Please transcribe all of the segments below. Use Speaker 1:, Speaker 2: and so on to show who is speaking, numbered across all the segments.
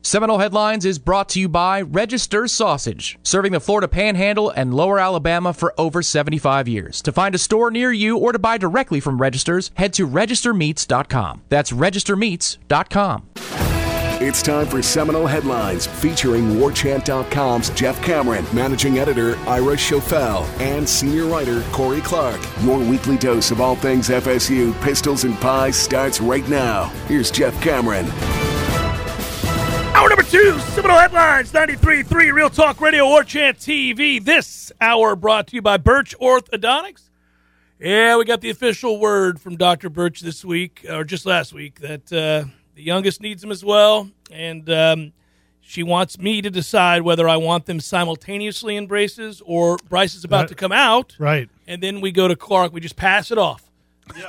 Speaker 1: Seminole Headlines is brought to you by Register Sausage, serving the Florida Panhandle and Lower Alabama for over 75 years. To find a store near you or to buy directly from Registers, head to registermeats.com. That's registermeats.com.
Speaker 2: It's time for Seminole Headlines featuring WarChant.com's Jeff Cameron, managing editor Ira Schofel, and senior writer Corey Clark. Your weekly dose of all things FSU, pistols, and pies starts right now. Here's Jeff Cameron.
Speaker 3: Hour number two, Seminole Headlines, 93.3 Real Talk Radio or Chant TV. This hour brought to you by Birch Orthodontics. Yeah, we got the official word from Dr. Birch this week, or just last week, that uh, the youngest needs them as well. And um, she wants me to decide whether I want them simultaneously in braces or Bryce is about to come out.
Speaker 4: Right.
Speaker 3: And then we go to Clark. We just pass it off.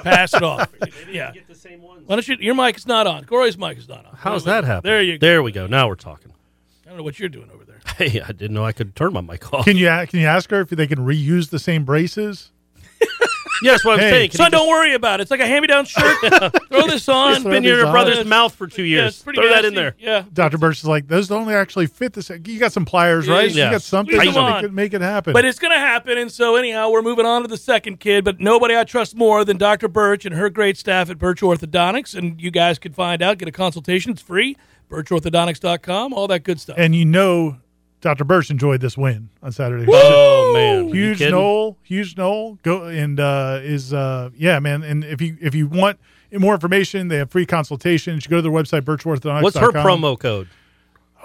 Speaker 3: Pass it off. yeah.
Speaker 5: the same ones.
Speaker 3: Why don't you? Your mic is not on. Corey's mic is not on.
Speaker 5: How's that happen?
Speaker 3: There you go.
Speaker 5: There we go. Now we're talking.
Speaker 3: I don't know what you're doing over there.
Speaker 5: Hey, I didn't know I could turn my mic off.
Speaker 4: Can you a- can you ask her if they can reuse the same braces?
Speaker 5: yes, what I'm
Speaker 4: Hey.
Speaker 5: saying. Can
Speaker 3: Son,
Speaker 5: you
Speaker 3: don't worry about it. It's like a hand-me-down shirt. Throw this on.
Speaker 5: just been in your
Speaker 4: on.
Speaker 5: brother's mouth for two
Speaker 3: Yeah,
Speaker 5: years.
Speaker 3: it's pretty
Speaker 5: Throw that
Speaker 3: nasty.
Speaker 5: in there.
Speaker 3: Yeah.
Speaker 4: Dr. Birch is like, those only actually fit the same. You got some pliers,
Speaker 3: Yeah,
Speaker 4: right?
Speaker 5: yeah.
Speaker 4: You got something
Speaker 3: Squeeze 'em
Speaker 4: so
Speaker 3: on.
Speaker 4: they could make it happen.
Speaker 3: But it's going to happen. And so, anyhow, we're moving on to the second kid. But nobody I trust more than Dr. Birch and her great staff at Birch Orthodontics. And you guys can find out, get a consultation. It's free. BirchOrthodontics.com, all that good stuff.
Speaker 4: and you know Dr. Birch enjoyed this win on Saturday.
Speaker 5: Oh man, You
Speaker 4: Huge
Speaker 5: kidding?
Speaker 4: Knoll, huge Knoll, go and uh, is uh, yeah, man. And if you if you want more information, they have free consultations. You go to their website, birchworthodontics.com.
Speaker 5: What's her promo code?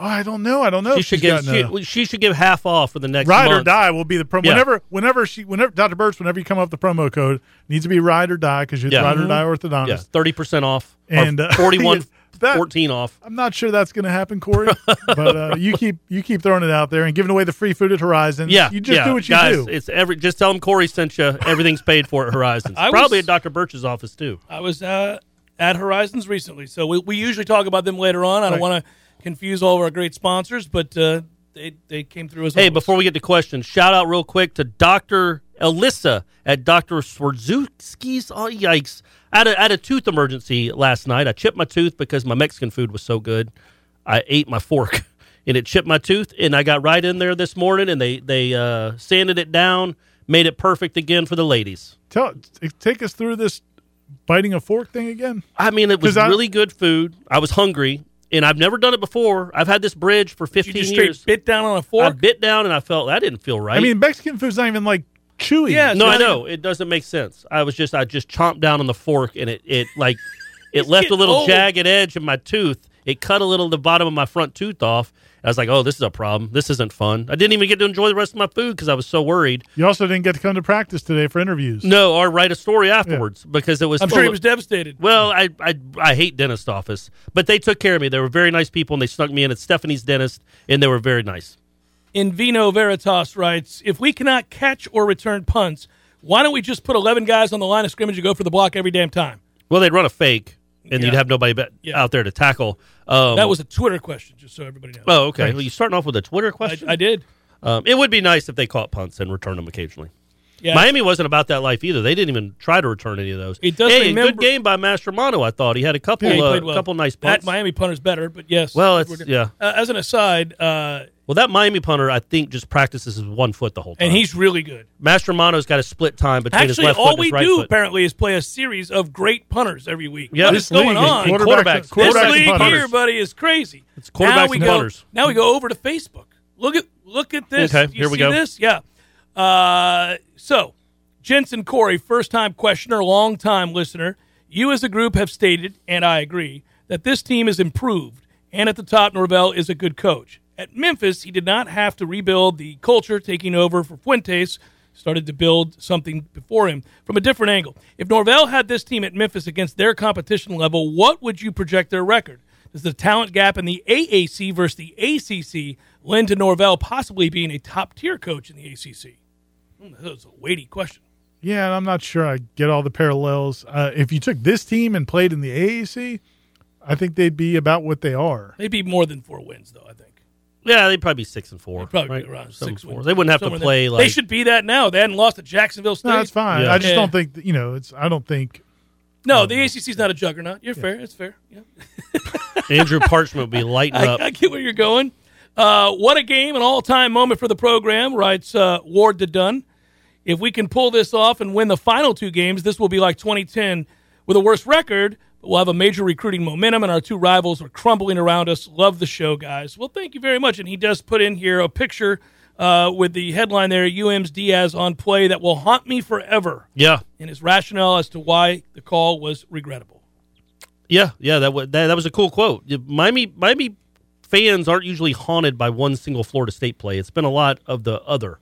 Speaker 4: Oh, I don't know. I don't know.
Speaker 5: She
Speaker 4: if
Speaker 5: should
Speaker 4: she's
Speaker 5: give.
Speaker 4: gotten a-
Speaker 5: She, she should give half off for the next
Speaker 4: Ride or
Speaker 5: month.
Speaker 4: die will be the promo.
Speaker 5: Yeah.
Speaker 4: Whenever, whenever she, whenever Dr. Birch, whenever you come up with the promo code, it needs to be ride or die because you're the
Speaker 5: Yeah.
Speaker 3: Mm-hmm.
Speaker 4: ride or die
Speaker 5: Yeah,
Speaker 4: orthodontist.
Speaker 5: thirty percent off
Speaker 4: And,
Speaker 5: or
Speaker 4: uh,
Speaker 5: 41,
Speaker 4: that-
Speaker 5: 14 off.
Speaker 4: I'm not sure that's going to happen, Corey. but uh, you keep you keep throwing it out there and giving away the free food at Horizon.
Speaker 5: Yeah,
Speaker 4: you just
Speaker 5: yeah.
Speaker 4: do what you
Speaker 5: Guys,
Speaker 4: do.
Speaker 5: It's every. Just tell them Corey sent you. Everything's paid for at Horizons.
Speaker 3: I
Speaker 5: Probably
Speaker 3: was-
Speaker 5: at Dr. Birch's office too.
Speaker 3: I was uh, at Horizons recently, so we, we usually talk about them later on. I don't
Speaker 4: Right.
Speaker 3: want to confuse all of our great sponsors, but uh, they, they came through as
Speaker 5: Hey,
Speaker 3: always.
Speaker 5: before we get to questions, shout out real quick to Dr. Alyssa at Dr. Swarzuski's. Oh, yikes. I had, a, I had a tooth emergency last night. I chipped my tooth because my Mexican food was so good. I ate my fork and it chipped my tooth, and I got right in there this morning and they, they uh, sanded it down, made it perfect again for the ladies.
Speaker 4: Tell, t- take us through this biting a fork thing again.
Speaker 5: I mean, it
Speaker 4: 'Cause
Speaker 5: was
Speaker 4: I-
Speaker 5: really good food. I was hungry, and I've never done it before. I've had this bridge for
Speaker 3: you
Speaker 5: 15
Speaker 3: just straight
Speaker 5: years.
Speaker 3: bit down on a
Speaker 5: I
Speaker 3: fork.
Speaker 5: bit down and I felt that didn't feel right.
Speaker 4: I mean, Mexican food's not even like chewy.
Speaker 3: Yeah, it's
Speaker 5: No, I
Speaker 3: not-
Speaker 5: know it doesn't make sense. I was just I just chomped down on the fork and it it like it left a
Speaker 3: getting
Speaker 5: little
Speaker 3: old.
Speaker 5: jagged edge in my tooth. It cut a little of the bottom of my front tooth off. I was like, "Oh, this is a problem. This isn't fun." I didn't even get to enjoy the rest of my food because I was so worried.
Speaker 4: You also didn't get to come to practice today for interviews.
Speaker 5: No, or write a story afterwards because it was.
Speaker 3: I'm
Speaker 5: full
Speaker 3: sure he
Speaker 5: of-
Speaker 3: was devastated.
Speaker 5: well, I, I I hate dentist office, but they took care of me. They were very nice people, and they snuck me in at Stephanie's dentist, and they were very nice.
Speaker 3: In Vino Veritas writes, if we cannot catch or return punts, why don't we just put 11 guys on the line of scrimmage and go for the block every damn time?
Speaker 5: Well, they'd run a fake, and you'd
Speaker 3: Yeah.
Speaker 5: have nobody ba-
Speaker 3: Yeah.
Speaker 5: out there to tackle. Um,
Speaker 3: That was a Twitter question, just so everybody knows.
Speaker 5: oh, okay. Well, you starting off with a Twitter
Speaker 3: I,
Speaker 5: question?
Speaker 3: I did.
Speaker 5: Um, it would be nice if they caught punts and returned them occasionally.
Speaker 3: Yeah.
Speaker 5: Miami wasn't about that life either. They didn't even try to return any of those.
Speaker 3: It does
Speaker 5: Hey,
Speaker 3: remember-
Speaker 5: good game by Master Mono. I thought he had a couple,
Speaker 3: Yeah, he
Speaker 5: uh,
Speaker 3: played well.
Speaker 5: couple nice
Speaker 3: That
Speaker 5: punts.
Speaker 3: Miami punter's better, but yes.
Speaker 5: Well,
Speaker 3: We're
Speaker 5: it's
Speaker 3: good.
Speaker 5: yeah.
Speaker 3: Uh, as an aside, uh,
Speaker 5: Well, that Miami punter, I think, just practices with one foot the whole time.
Speaker 3: and he's really good.
Speaker 5: Master Mono's got a split time between his
Speaker 3: Actually,
Speaker 5: left foot
Speaker 3: all
Speaker 5: and his
Speaker 3: we
Speaker 5: right
Speaker 3: do
Speaker 5: foot.
Speaker 3: apparently is play a series of great punters every week.
Speaker 5: Yeah,
Speaker 3: what
Speaker 5: this
Speaker 3: is going
Speaker 5: league is
Speaker 3: on?
Speaker 5: quarterbacks-
Speaker 3: Quarterbacks-
Speaker 5: quarterbacks
Speaker 3: this
Speaker 5: and
Speaker 3: league
Speaker 5: punters.
Speaker 3: here, buddy, is crazy.
Speaker 5: It's quarterbacks
Speaker 3: now we
Speaker 5: and
Speaker 3: go,
Speaker 5: punters.
Speaker 3: Now we go over to Facebook. Look at look at this.
Speaker 5: Okay,
Speaker 3: You
Speaker 5: here we
Speaker 3: see
Speaker 5: go.
Speaker 3: This, yeah. Uh, so, Jensen Corey, first time questioner, long time listener. You as a group have stated, and I agree, that this team is improved, and at the top, Norvell is a good coach. At Memphis, he did not have to rebuild the culture, taking over for Fuentes started to build something before him from a different angle. If Norvell had this team at Memphis against their competition level, what would you project their record? Does the talent gap in the AAC versus the ACC lend to Norvell possibly being a top tier coach in the ACC? Hmm, That was a weighty question.
Speaker 4: Yeah, and I'm not sure I get all the parallels. Uh, if you took this team and played in the AAC, I think they'd be about what they are.
Speaker 3: They'd be more than four wins, though. I think
Speaker 5: Yeah, they'd probably be six and four.
Speaker 3: probably
Speaker 5: right?
Speaker 3: around
Speaker 5: Seven
Speaker 3: six
Speaker 5: and four.
Speaker 3: wins.
Speaker 5: They wouldn't have
Speaker 3: Somewhere
Speaker 5: to
Speaker 3: in
Speaker 5: play
Speaker 3: there.
Speaker 5: like
Speaker 3: they should be that now. They hadn't lost to Jacksonville State.
Speaker 4: No, that's fine.
Speaker 5: Yeah.
Speaker 4: I just
Speaker 3: Yeah.
Speaker 4: don't think that- you know. It's I don't think
Speaker 3: No, the ACC is not a juggernaut. You're fair. It's fair. Yeah.
Speaker 5: Andrew Parchment would be lighting
Speaker 3: I,
Speaker 5: up.
Speaker 3: I get where you're going. Uh, what a game, an all time moment for the program, writes uh, Ward to Dunn. If we can pull this off and win the final two games, this will be like 2010 with a worse record, but we'll have a major recruiting momentum, and our two rivals are crumbling around us. Love the show, guys. Well, thank you very much. And he does put in here a picture uh, with the headline there UM's Diaz on play that will haunt me forever,
Speaker 5: yeah,
Speaker 3: and his rationale as to why the call was regrettable.
Speaker 5: yeah, yeah. That was that, that was a cool quote. Yeah, Miami Miami fans aren't usually haunted by one single Florida State play. It's been a lot of the other.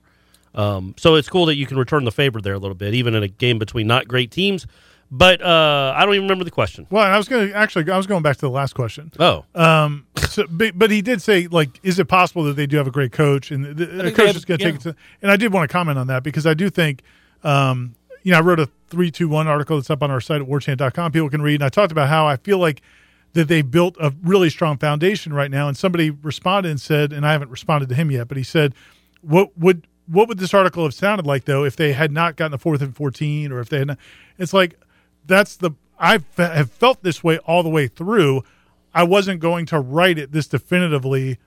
Speaker 5: Um, so it's cool that you can return the favor there a little bit, even in a game between not great teams. But uh, I don't even remember the question.
Speaker 4: Well, and I was going to actually. I was going back to the last question.
Speaker 5: Oh,
Speaker 4: Um, so, but, but he did say, like, is it possible that they do have a great coach and the, the coach
Speaker 3: think they have-
Speaker 4: is going to
Speaker 3: yeah.
Speaker 4: take it? To, and I did want to comment on that because I do think, um, you know, I wrote a three two one article that's up on our site at warchant.com. People can read, and I talked about how I feel like that they built a really strong foundation right now. And somebody responded and said, and I haven't responded to him yet, but he said, what would what would this article have sounded like though if they had not gotten the fourth and fourteen or if they had? Not, it's like that's the I have felt this way all the way through. I wasn't going to write it this definitively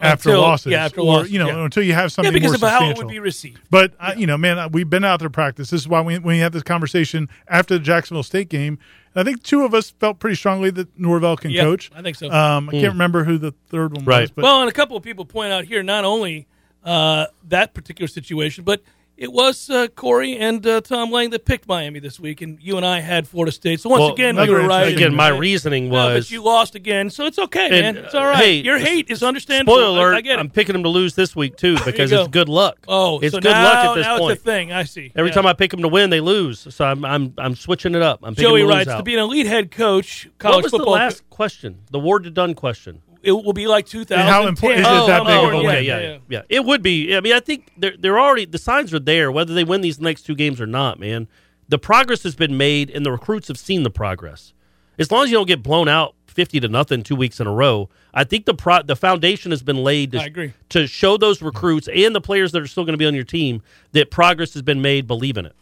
Speaker 4: after
Speaker 3: Until-
Speaker 4: losses,
Speaker 3: yeah, after
Speaker 4: or,
Speaker 3: losses,
Speaker 4: you know,
Speaker 3: yeah.
Speaker 4: until you have something
Speaker 3: yeah, because
Speaker 4: more
Speaker 3: of how it
Speaker 4: substantial.
Speaker 3: would be received.
Speaker 4: But I, you know, man, I- we've been out there practice. This is why we, when we had this conversation after the Jacksonville State game, and I think two of us felt pretty strongly that Norvell can
Speaker 3: Yeah,
Speaker 4: coach.
Speaker 3: I think so.
Speaker 4: Um, I can't remember who the third one was,
Speaker 5: Right.
Speaker 4: but
Speaker 3: well, and a couple of people point out here not only uh, that particular situation, but it was uh, Corey and uh, Tom Lang that picked Miami this week, and you and I had Florida State. So once
Speaker 5: Well,
Speaker 3: again, we
Speaker 4: another
Speaker 3: were right.
Speaker 4: interesting-
Speaker 5: again, my reasoning
Speaker 3: No, but
Speaker 5: was
Speaker 3: you lost again, so it's okay,
Speaker 5: And,
Speaker 3: man. It's all
Speaker 5: uh,
Speaker 3: right.
Speaker 5: hey,
Speaker 3: Your hate is understandable.
Speaker 5: spoiler
Speaker 3: I-
Speaker 5: alert.
Speaker 3: I, get it.
Speaker 5: am picking him to lose this week too because
Speaker 3: go.
Speaker 5: it's good luck.
Speaker 3: oh,
Speaker 5: it's
Speaker 3: so
Speaker 5: good
Speaker 3: now,
Speaker 5: luck at this
Speaker 3: now
Speaker 5: point.
Speaker 3: it's a thing. I see.
Speaker 5: Every
Speaker 3: Yeah.
Speaker 5: time I pick them to win, they lose. So I'm I'm I'm switching it up. I'm picking
Speaker 3: Joey
Speaker 5: the lose
Speaker 3: writes
Speaker 5: out.
Speaker 3: to be an elite head coach, college
Speaker 5: what was the
Speaker 3: football.
Speaker 5: last question? The Ward to Dunn question.
Speaker 3: It will be like 2000.
Speaker 4: how important is
Speaker 3: Oh,
Speaker 4: it that big of a
Speaker 5: okay,
Speaker 4: win?
Speaker 5: yeah, yeah, yeah. It would be. I mean, I think they're they're already the signs are there whether they win these next two games or not. Man, the progress has been made, and the recruits have seen the progress. As long as you don't get blown out fifty to nothing two weeks in a row, I think the pro- the foundation has been laid. To,
Speaker 3: I agree.
Speaker 5: to show those recruits and the players that are still going to be on your team that progress has been made. Believe in it.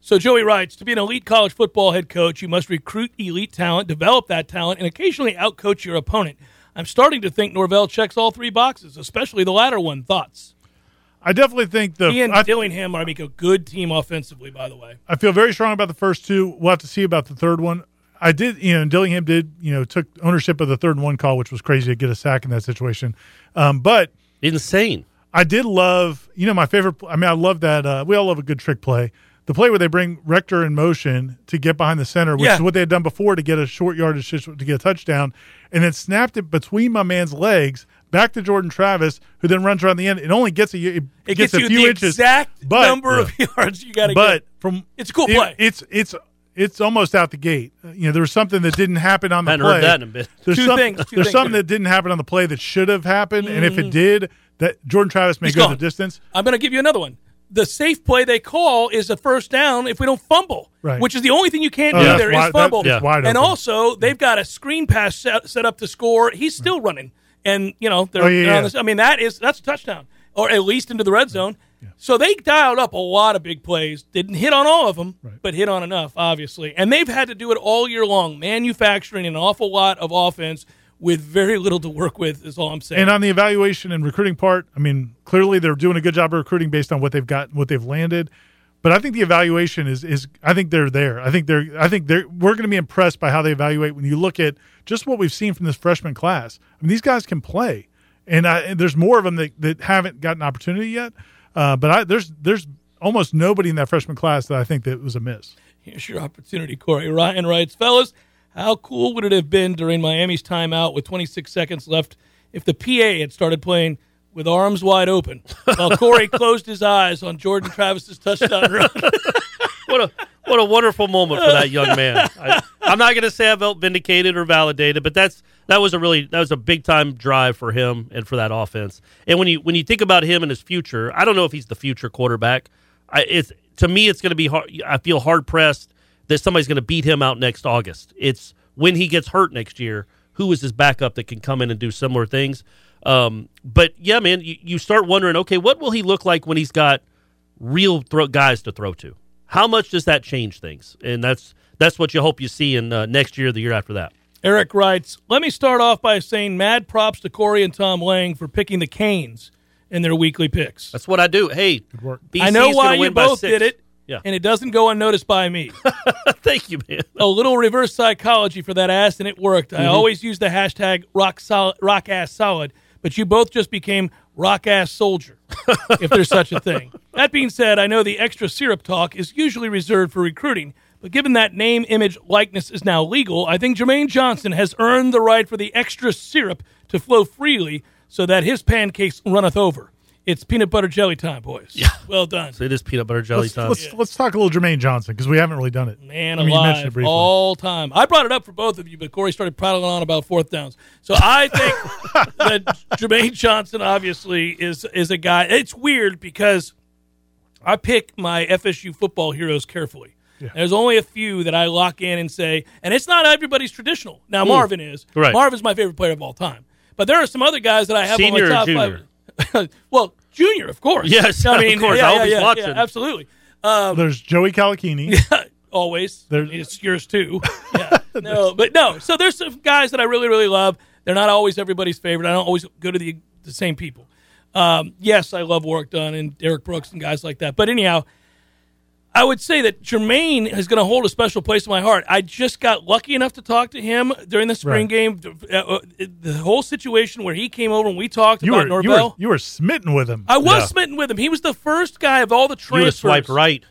Speaker 3: So Joey writes, to be an elite college football head coach, you must recruit elite talent, develop that talent, and occasionally outcoach your opponent. I'm starting to think Norvell checks all three boxes, especially the latter one. Thoughts?
Speaker 4: I definitely think the
Speaker 3: He and
Speaker 4: I,
Speaker 3: Dillingham are making a good team offensively, by the way.
Speaker 4: I feel very strong about the first two. We'll have to see about the third one. I did, you know, and Dillingham did, you know, took ownership of the third and one call, which was crazy to get a sack in that situation. Um, but
Speaker 5: Insane.
Speaker 4: I did love, you know, my favorite. pl- I mean, I love that. Uh, we all love a good trick play. The play where they bring Rector in motion to get behind the center, which
Speaker 3: Yeah.
Speaker 4: is what they had done before to get a short yardage situ- to get a touchdown, and then snapped it between my man's legs back to Jordan Travis, who then runs around the end. It only gets a it,
Speaker 3: It
Speaker 4: gets,
Speaker 3: gets,
Speaker 4: a
Speaker 3: you
Speaker 4: few
Speaker 3: the
Speaker 4: inches,
Speaker 3: exact
Speaker 4: but-
Speaker 3: number of yards you got to
Speaker 4: but
Speaker 3: get.
Speaker 4: from
Speaker 3: It's a cool
Speaker 4: it-
Speaker 3: play.
Speaker 4: it's it's it's almost out the gate. Uh, You know, there was something that didn't happen on the
Speaker 5: Hadn't
Speaker 4: play.
Speaker 5: heard that in a bit.
Speaker 4: There's
Speaker 3: Two
Speaker 4: some-
Speaker 3: things, two
Speaker 4: there's
Speaker 3: things. Mm.
Speaker 4: something that didn't happen on the play that should have happened, and if it did, that Jordan Travis may
Speaker 3: He's
Speaker 4: go
Speaker 3: gone.
Speaker 4: the distance.
Speaker 3: I'm going to give you another one. The safe play they call is a first down if we don't fumble,
Speaker 4: Right.
Speaker 3: which is the only thing you can't
Speaker 4: Oh,
Speaker 3: do
Speaker 4: that's
Speaker 3: there is
Speaker 4: wide- that
Speaker 3: fumble.
Speaker 4: is Yeah. wide open.
Speaker 3: And also, they've got a screen pass set, set up to score. He's still running, and you know they're.
Speaker 4: Oh, yeah,
Speaker 3: they're on
Speaker 4: yeah.
Speaker 3: this- I mean, that is that's a touchdown, or at least into the red zone. So they dialed up a lot of big plays. Didn't hit on all of them, but hit on enough, obviously. And they've had to do it all year long, manufacturing an awful lot of offense with very little to work with. Is all I'm saying.
Speaker 4: And on the evaluation and recruiting part, I mean, clearly they're doing a good job of recruiting based on what they've got, what they've landed. But I think the evaluation is is I think they're there. I think they're I think they're we're going to be impressed by how they evaluate when you look at just what we've seen from this freshman class. I mean, these guys can play, and, I, and there's more of them that, that haven't gotten opportunity yet. Uh, but I, there's there's almost nobody in that freshman class that I think that was a miss.
Speaker 3: Here's your opportunity, Corey. Ryan writes, fellas, how cool would it have been during Miami's timeout with 26 seconds left if the PA had started playing with arms wide open while Corey closed his eyes on Jordan Travis's touchdown run?
Speaker 5: what a what a wonderful moment for that young man. I, I'm not going to say I felt vindicated or validated, but that's that was a really that was a big time drive for him and for that offense. And when you when you think about him and his future, I don't know if he's the future quarterback. I, it's to me, it's going to be hard. I feel hard pressed that somebody's going to beat him out next August. It's when he gets hurt next year. Who is his backup that can come in and do similar things? Um, but yeah, man, you, you start wondering, okay, what will he look like when he's got real throw, guys to throw to? how much does that change things? And that's that's what you hope you see in uh, next year, the year after that.
Speaker 3: Eric writes, let me start off by saying mad props to Corey and Tom Lang for picking the Canes in their weekly picks.
Speaker 5: That's what I do. Hey,
Speaker 4: work.
Speaker 5: BC's
Speaker 3: I know
Speaker 5: gonna
Speaker 3: why you
Speaker 5: win by
Speaker 3: both
Speaker 5: six.
Speaker 3: did it,
Speaker 5: Yeah.
Speaker 3: and it doesn't go unnoticed by me.
Speaker 5: Thank you, man.
Speaker 3: a little reverse psychology for that ass, and it worked.
Speaker 5: Mm-hmm.
Speaker 3: I always use the hashtag rock, solid, rock ass solid, but you both just became rock ass soldier, if there's such a thing. That being said, I know the extra syrup talk is usually reserved for recruiting, but given that name, image, likeness is now legal, I think Jermaine Johnson has earned the right for the extra syrup to flow freely so that his pancakes runneth over. It's peanut butter jelly time, boys. Yeah. Well done.
Speaker 5: It is peanut butter jelly
Speaker 4: Let's,
Speaker 5: time.
Speaker 4: let's, let's talk a little Jermaine Johnson because we haven't really done it.
Speaker 3: Man
Speaker 4: I mean, you
Speaker 3: alive,
Speaker 4: mentioned it briefly.
Speaker 3: all time. I brought it up for both of you, but Corey started prattling on about fourth downs. So I think that Jermaine Johnson obviously is is a guy. It's weird because I pick my FSU football heroes carefully. There's only a few that I lock in and say, and it's not everybody's traditional. Now Marvin is.
Speaker 5: Hmm. Right.
Speaker 3: Marvin's my favorite player of all time. But there are some other guys that I have
Speaker 5: Senior or
Speaker 3: on my top five. well, junior, of course.
Speaker 5: Yes,
Speaker 3: I
Speaker 5: of
Speaker 3: mean,
Speaker 5: course.
Speaker 3: yeah,
Speaker 5: I hope
Speaker 3: yeah,
Speaker 5: he's
Speaker 3: yeah,
Speaker 5: watching.
Speaker 3: yeah, absolutely.
Speaker 4: There's Joey Calacchini.
Speaker 3: always.
Speaker 4: There's-
Speaker 3: it's yours too. Yeah. No, but no. So there's some guys that I really, really love. They're not always everybody's favorite. I don't always go to the the same people. Um, yes, I love Warwick Dunn and Derek Brooks and guys like that. But anyhow, I would say that Jermaine is going to hold a special place in my heart. I just got lucky enough to talk to him during the spring
Speaker 4: Right.
Speaker 3: game. Uh, uh, The whole situation where he came over and we talked
Speaker 4: You
Speaker 3: about
Speaker 4: were, you were
Speaker 3: Norvell.
Speaker 4: you were smitten with him.
Speaker 3: I was
Speaker 5: Yeah.
Speaker 3: smitten with him. He was the first guy of all the
Speaker 5: you would
Speaker 3: transfers.
Speaker 5: have swiped right.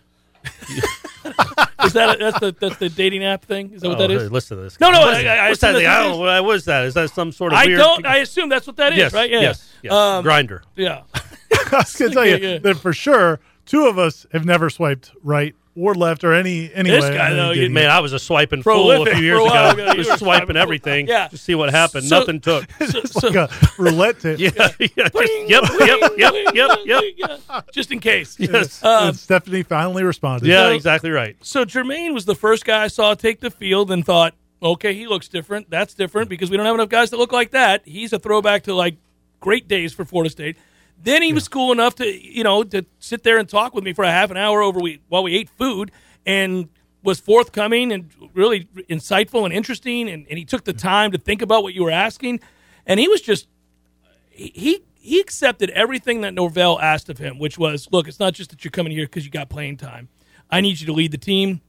Speaker 3: Is that that's the that's the dating app thing? Is that what
Speaker 5: Oh,
Speaker 3: that is?
Speaker 5: hey, listen to this.
Speaker 3: No, no,
Speaker 5: What
Speaker 3: I-
Speaker 5: is-
Speaker 3: I- I
Speaker 5: what's that
Speaker 3: assume
Speaker 5: thing?
Speaker 3: that's
Speaker 5: I
Speaker 3: what it
Speaker 5: don't. know. What is that? Is that some sort of
Speaker 3: I
Speaker 5: weird?
Speaker 3: don't. I assume that's what that is,
Speaker 5: yes,
Speaker 3: right? Yeah.
Speaker 5: Yes. yes.
Speaker 3: Um,
Speaker 5: Grinder.
Speaker 3: yeah.
Speaker 4: I was gonna tell you
Speaker 3: Yeah, yeah.
Speaker 4: that for sure. Two of us have never swiped right or left or any any
Speaker 3: This
Speaker 4: way
Speaker 3: guy,
Speaker 4: in
Speaker 3: though,
Speaker 4: dating.
Speaker 3: you-
Speaker 5: Man, I was a swiping fool
Speaker 3: Prolific
Speaker 5: a few
Speaker 3: for
Speaker 5: years
Speaker 3: a while
Speaker 5: ago.
Speaker 3: ago. You were
Speaker 5: Just swiping everything.
Speaker 3: Yeah.
Speaker 5: Just see what happened.
Speaker 3: So-
Speaker 5: Nothing took.
Speaker 3: So, so-
Speaker 4: like a roulette. table.
Speaker 5: Yeah. yeah. Just, yep. Yep. Yep. Yep. Yep.
Speaker 3: Yeah, Just in case.
Speaker 5: Yes.
Speaker 3: Um,
Speaker 4: And Stephanie finally responded.
Speaker 5: Yeah.
Speaker 3: so-
Speaker 5: Exactly right.
Speaker 3: so Jermaine was the first guy I saw take the field and thought, okay, he looks different. That's different because we don't have enough guys that look like that. He's a throwback to like great days for Florida State. Then he was cool enough to you know to sit there and talk with me for a half an hour over we while we ate food and was forthcoming and really insightful and interesting and, and he took the time to think about what you were asking and he was just he he accepted everything that Norvell asked of him, which was, look, it's not just that you're coming here because you got playing time. I need you to lead the team.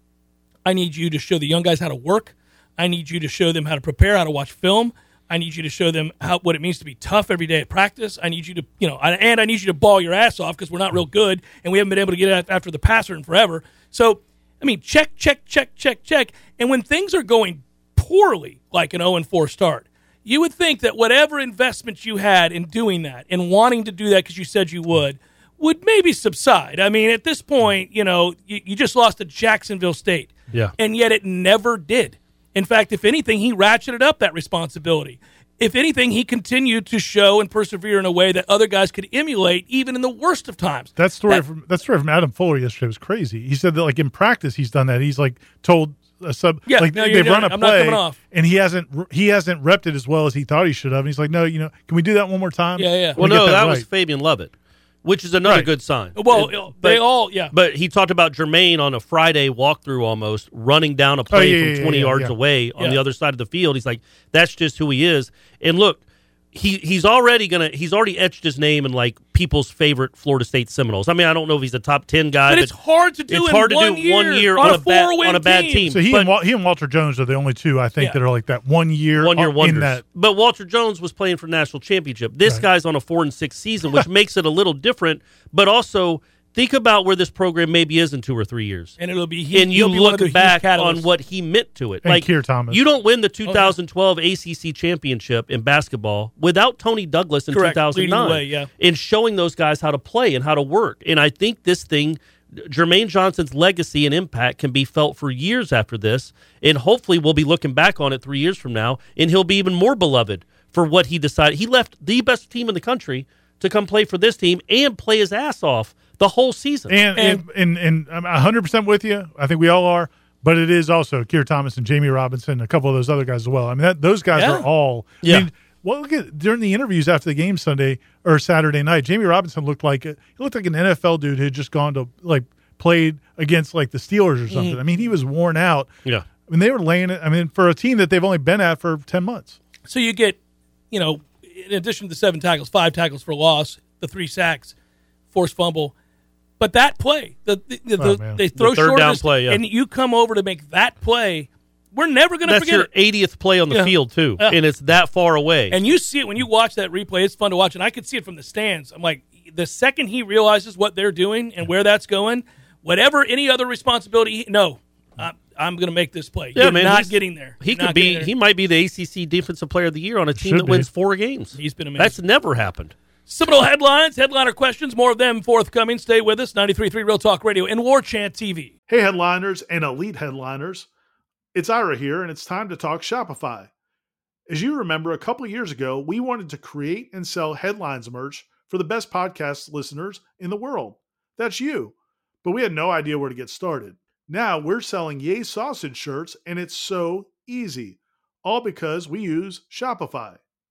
Speaker 3: I need you to show the young guys how to work. I need you to show them how to prepare, how to watch film. I need you to show them how what it means to be tough every day at practice. I need you to, you know, and and I need you to ball your ass off because we're not real good and we haven't been able to get af- after the passer in forever. So, I mean, check, check, check, check, check. And when things are going poorly, like an 0 4 start, you would think that whatever investment you had in doing that and wanting to do that because you said you would would maybe subside. I mean, at this point, you know, you, you just lost to Jacksonville State.
Speaker 5: Yeah.
Speaker 3: And yet it never did. In fact, if anything, he ratcheted up that responsibility. If anything, he continued to show and persevere in a way that other guys could emulate even in the worst of times.
Speaker 4: That story
Speaker 3: That-
Speaker 4: from that story from Adam Fuller yesterday was crazy. He said that like in practice he's done that. He's like told a sub
Speaker 3: Yeah,
Speaker 4: like
Speaker 3: no, you're
Speaker 4: they've
Speaker 3: doing
Speaker 4: run a
Speaker 3: it. I'm not
Speaker 4: play
Speaker 3: coming off.
Speaker 4: and he hasn't he hasn't repped it as well as he thought he should have. And he's like, no, you know, can we do that one more time?
Speaker 3: Yeah, yeah.
Speaker 4: Let me
Speaker 5: Well,
Speaker 4: get
Speaker 5: no, that
Speaker 4: right."
Speaker 5: was Fabian Lovett. which is another
Speaker 3: Right.
Speaker 5: good sign.
Speaker 3: Well,
Speaker 5: It-
Speaker 3: they
Speaker 5: but-
Speaker 3: all, yeah.
Speaker 5: But he talked about Jermaine on a Friday walkthrough almost running down a
Speaker 4: Oh,
Speaker 5: play
Speaker 6: yeah,
Speaker 5: from
Speaker 6: yeah,
Speaker 5: 20
Speaker 6: yeah,
Speaker 5: yards
Speaker 6: yeah.
Speaker 5: away on
Speaker 3: Yeah.
Speaker 5: the other side of the field. He's like, that's just who he is. And look, he, he's already gonna he's already etched his name in like people's favorite Florida State Seminoles. I mean, I don't know if he's a top ten guy,
Speaker 3: But it's hard to do
Speaker 5: It's
Speaker 3: in
Speaker 5: hard to
Speaker 3: one
Speaker 5: do
Speaker 3: year
Speaker 5: one year
Speaker 3: on
Speaker 5: on
Speaker 3: a
Speaker 5: a bad,
Speaker 3: four-win
Speaker 5: on a bad
Speaker 3: team.
Speaker 5: team.
Speaker 6: So he
Speaker 5: But-
Speaker 6: and Wal- he and Walter Jones are the only two I think
Speaker 3: Yeah.
Speaker 6: that are like that one year
Speaker 5: one year
Speaker 6: in
Speaker 5: wonders.
Speaker 6: that
Speaker 5: But Walter Jones was playing for national championship. This guy's on a four and six season, which makes it a little different. But also think about where this program maybe is in two or three years.
Speaker 3: and it'll be he,
Speaker 5: And you
Speaker 3: he'll be one of
Speaker 5: look
Speaker 3: the huge
Speaker 5: back
Speaker 3: catalysts.
Speaker 5: on what he meant to it.
Speaker 6: And Keir Thomas.
Speaker 5: You don't
Speaker 3: Oh,
Speaker 5: win the 2012 ACC championship in basketball without Tony Douglas in
Speaker 3: Correct.
Speaker 5: 2009.
Speaker 3: Leading the way, yeah.
Speaker 5: And showing those guys how to play and how to work. And I think this thing, Jermaine Johnson's legacy and impact can be felt for years after this. And hopefully we'll be looking back on it three years from now. And he'll be even more beloved for what he decided. He left the best team in the country to come play for this team and play his ass off the whole season.
Speaker 6: And and and, and I'm 100 percent with you. I think we all are. But it is also Keir Thomas and Jamie Robinson, a couple of those other guys as well. I mean, that, those guys
Speaker 3: Yeah.
Speaker 6: are all.
Speaker 5: Yeah.
Speaker 6: I mean, well, look at during the interviews after the game Sunday or Saturday night, Jamie Robinson looked like a- he looked like an NFL dude who had just gone to like played against like the Steelers or something. I mean, he was worn out.
Speaker 5: Mm. Yeah.
Speaker 6: I mean, they were laying it. I mean, for a team that they've only been at for 10 months.
Speaker 3: So you get, you know, in addition to seven tackles, five tackles for loss, the three sacks, forced fumble. But that play, the, the, the,
Speaker 6: Oh,
Speaker 3: the-
Speaker 6: man.
Speaker 3: they throw
Speaker 5: The third
Speaker 3: short of
Speaker 5: down
Speaker 3: this-
Speaker 5: play, yeah.
Speaker 3: and you come over to make that play. We're never going to
Speaker 5: That's
Speaker 3: forget
Speaker 5: your
Speaker 3: it.
Speaker 5: 80th play on the
Speaker 3: Yeah.
Speaker 5: field too,
Speaker 3: Yeah.
Speaker 5: and it's that far away.
Speaker 3: And you see it when you watch that replay. It's fun to watch, and I could see it from the stands. I'm like, the second he realizes what they're doing and where that's going, whatever any other responsibility, he- no, I'm, I'm going to make this play. You're not
Speaker 5: he's-
Speaker 3: getting there.
Speaker 5: He
Speaker 3: You're
Speaker 5: could
Speaker 3: not getting
Speaker 5: be.
Speaker 3: there.
Speaker 5: He might be the ACC Defensive Player of the Year on a team
Speaker 6: Should
Speaker 5: that
Speaker 6: be.
Speaker 5: wins four games.
Speaker 3: He's been amazing.
Speaker 5: That's never happened.
Speaker 3: Seminole headlines, headliner questions, more of them forthcoming. Stay with us. 93.3 Real Talk Radio and War Chant TV.
Speaker 4: Hey, headliners and elite headliners. It's Ira here, and it's time to talk Shopify. As you remember, a couple years ago, we wanted to create and sell headlines merch for the best podcast listeners in the world. That's you. But we had no idea where to get started. Now we're selling Yay Sausage shirts, and it's so easy, all because we use Shopify.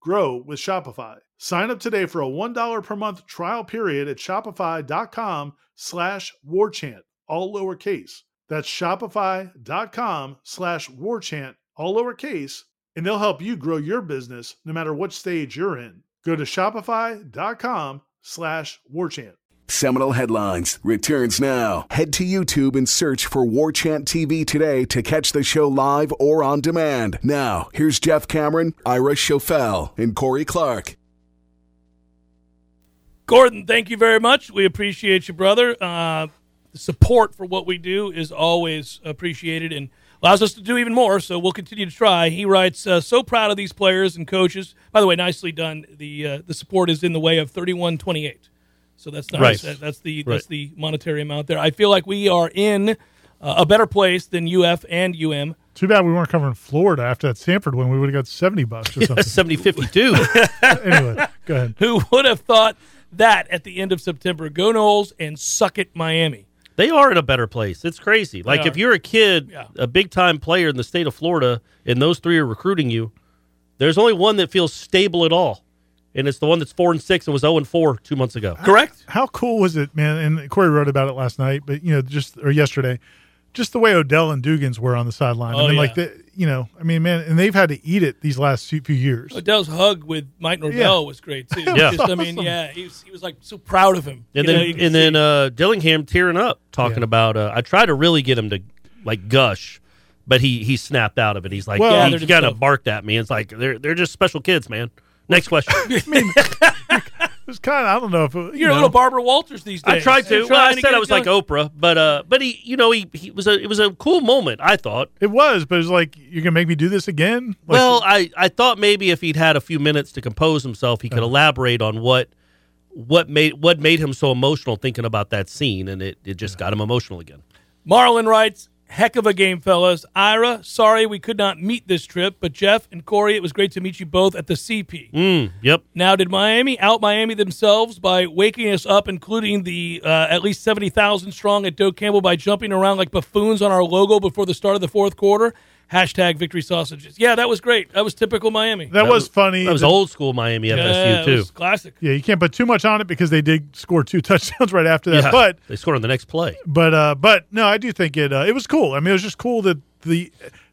Speaker 4: grow with Shopify. Sign up today for a $1 per month trial period at shopify.com slash warchant, all lowercase. That's shopify.com slash warchant, all lowercase, and they'll help you grow your business no matter what stage you're in. Go to shopify.com slash warchant.
Speaker 2: Seminal Headlines returns now. Head to YouTube and search for War Chant TV today to catch the show live or on demand. Now, here's Jeff Cameron, Ira Schofel, and Corey Clark.
Speaker 3: Gordon, thank you very much. We appreciate you, brother. Uh, the support for what we do is always appreciated and allows us to do even more. So we'll continue to try. He writes, uh, "So proud of these players and coaches." By the way, nicely done. The uh, the support is in the way of thirty-one twenty-eight. So that's nice.
Speaker 5: Right.
Speaker 3: That- that's the
Speaker 5: Right.
Speaker 3: that's the monetary amount there. I feel like we are in uh, a better place than UF and UM.
Speaker 6: Too bad we weren't covering Florida after that Sanford win. We would have got 70 bucks or
Speaker 5: That's
Speaker 6: something.
Speaker 5: 70 52.
Speaker 6: anyway, go ahead.
Speaker 3: Who would have thought that at the end of September? Go Knowles and suck it, Miami.
Speaker 5: they are in a better place. It's crazy. Like,
Speaker 3: are.
Speaker 5: if you're a kid,
Speaker 3: Yeah.
Speaker 5: a big time player in the state of Florida, and those three are recruiting you, there's only one that feels stable at all. And it's the one that's 4 and 6 and was 0 and 4 two months ago.
Speaker 3: Correct.
Speaker 6: how cool was it, man? And Corey wrote about it last night, but you know, just or yesterday, just the way Odell and Dugans were on the sideline.
Speaker 3: Oh,
Speaker 6: I mean,
Speaker 3: yeah.
Speaker 6: like the, you know, I mean, man, and they've had to eat it these last few few years.
Speaker 3: Odell's hug with Mike Norvell
Speaker 6: Yeah.
Speaker 3: was great too.
Speaker 5: Yeah.
Speaker 3: Just, I mean, yeah, he was, he was like so proud of him.
Speaker 5: And
Speaker 3: You know,
Speaker 5: then, uh,
Speaker 3: you can
Speaker 5: and then uh, Dillingham tearing up, talking about. Uh, I try to really get him to like gush, but he he snapped out of it. He's like,
Speaker 3: Well-
Speaker 5: yeah,
Speaker 3: Gathered
Speaker 5: he kind of
Speaker 3: himself.
Speaker 5: barked at me. It's like they're they're just special kids, man. Next question.
Speaker 4: It's kind of I don't know if it, you
Speaker 3: You're a
Speaker 4: know.
Speaker 3: little Barbara Walters these days.
Speaker 5: I tried to.
Speaker 3: You're
Speaker 5: Well, I
Speaker 3: trying to
Speaker 5: said
Speaker 3: get
Speaker 5: I
Speaker 3: it
Speaker 5: was like
Speaker 3: done.
Speaker 5: Oprah, but uh, but he, you know, he, he was a it was a cool moment. I thought.
Speaker 4: It was, but it's like you're gonna make me do this again. Like,
Speaker 5: well, I, I thought maybe if he'd had a few minutes to compose himself, he could
Speaker 4: Uh-huh.
Speaker 5: elaborate on what what made what made him so emotional thinking about that scene, and it, it just got him emotional again.
Speaker 3: Marlin writes, heck of a game, fellas. Ira, sorry we could not meet this trip, but Jeff and Corey, it was great to meet you both at the CP.
Speaker 5: Mm, yep.
Speaker 3: Now, did Miami out Miami themselves by waking us up, including the uh, at least 70,000 strong at Doe Campbell by jumping around like buffoons on our logo before the start of the fourth quarter? Hashtag victory sausages. Yeah, that was great. That was typical Miami.
Speaker 4: that, was, funny.
Speaker 5: That was
Speaker 4: The-
Speaker 5: old school Miami
Speaker 3: yeah,
Speaker 5: FSU
Speaker 3: it
Speaker 5: too.
Speaker 3: was classic.
Speaker 4: Yeah, you can't put too much on it because they did score two touchdowns right after that.
Speaker 5: Yeah,
Speaker 4: But
Speaker 5: they scored on the next play.
Speaker 4: but uh but no, I do think it uh, it was cool. I mean, it was just cool that the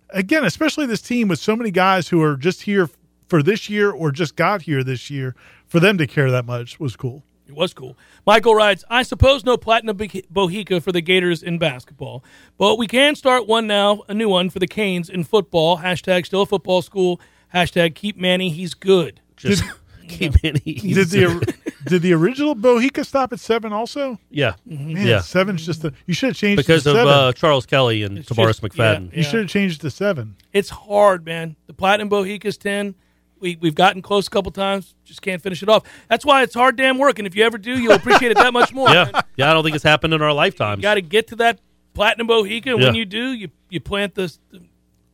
Speaker 4: again, especially this team with so many guys who are just here for this year or just got here this year, for them to care that much was cool.
Speaker 3: It was cool. Michael writes, I suppose no platinum Beh- Bohica for the Gators in basketball, but we can start one now, a new one for the Canes in football. Hashtag still football school. Hashtag keep Manny, he's good.
Speaker 5: Just keep it easy.
Speaker 4: Did the or- did the original Bohica stop at seven also?
Speaker 5: yeah,
Speaker 4: Man,
Speaker 5: yeah,
Speaker 4: seven's just a, you should have changed it
Speaker 5: because
Speaker 4: to
Speaker 5: of
Speaker 4: seven.
Speaker 5: uh, Charles Kelly and
Speaker 3: It's
Speaker 5: Tavares
Speaker 3: just-
Speaker 5: McFadden.
Speaker 3: yeah,
Speaker 4: you should have changed it to seven.
Speaker 3: It's hard, man. The platinum Bohica's 10. We, we've gotten close a couple times, just can't finish it off. That's why it's hard damn work, and if you ever do, you'll appreciate it that much more.
Speaker 5: Yeah. yeah, I don't think it's happened in our lifetimes.
Speaker 3: You got to get to that platinum Bohica, and when
Speaker 5: Yeah.
Speaker 3: you do, you, you plant this.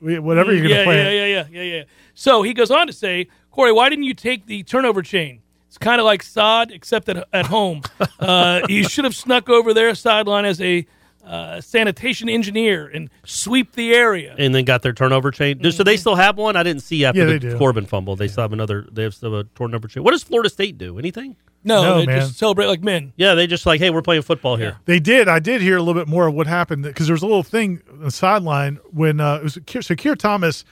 Speaker 4: We-
Speaker 5: Mm,
Speaker 4: Whatever you're gonna
Speaker 3: yeah,
Speaker 4: play.
Speaker 3: Yeah, yeah, yeah, yeah, yeah. So he goes on to say, Corey, why didn't you take the turnover chain? It's kind of like sod, except at, at home. Uh, you should have snuck over their sideline as a uh, sanitation engineer and sweep the area.
Speaker 5: and then got their turnover chain. Do- So they still have one. I didn't see after
Speaker 4: Mm-hmm. Yeah, they
Speaker 5: the
Speaker 4: do.
Speaker 5: Corbin fumble. They still have another. They have still a turnover chain. What does Florida State do? Anything?
Speaker 3: No,
Speaker 4: No,
Speaker 3: they
Speaker 4: man.
Speaker 3: just celebrate like men.
Speaker 5: Yeah, they just like, hey, we're playing football here.
Speaker 4: They did. I did hear a little bit more of what happened because there was a little thing on the sideline when uh, it was Keir- so Keir Thomas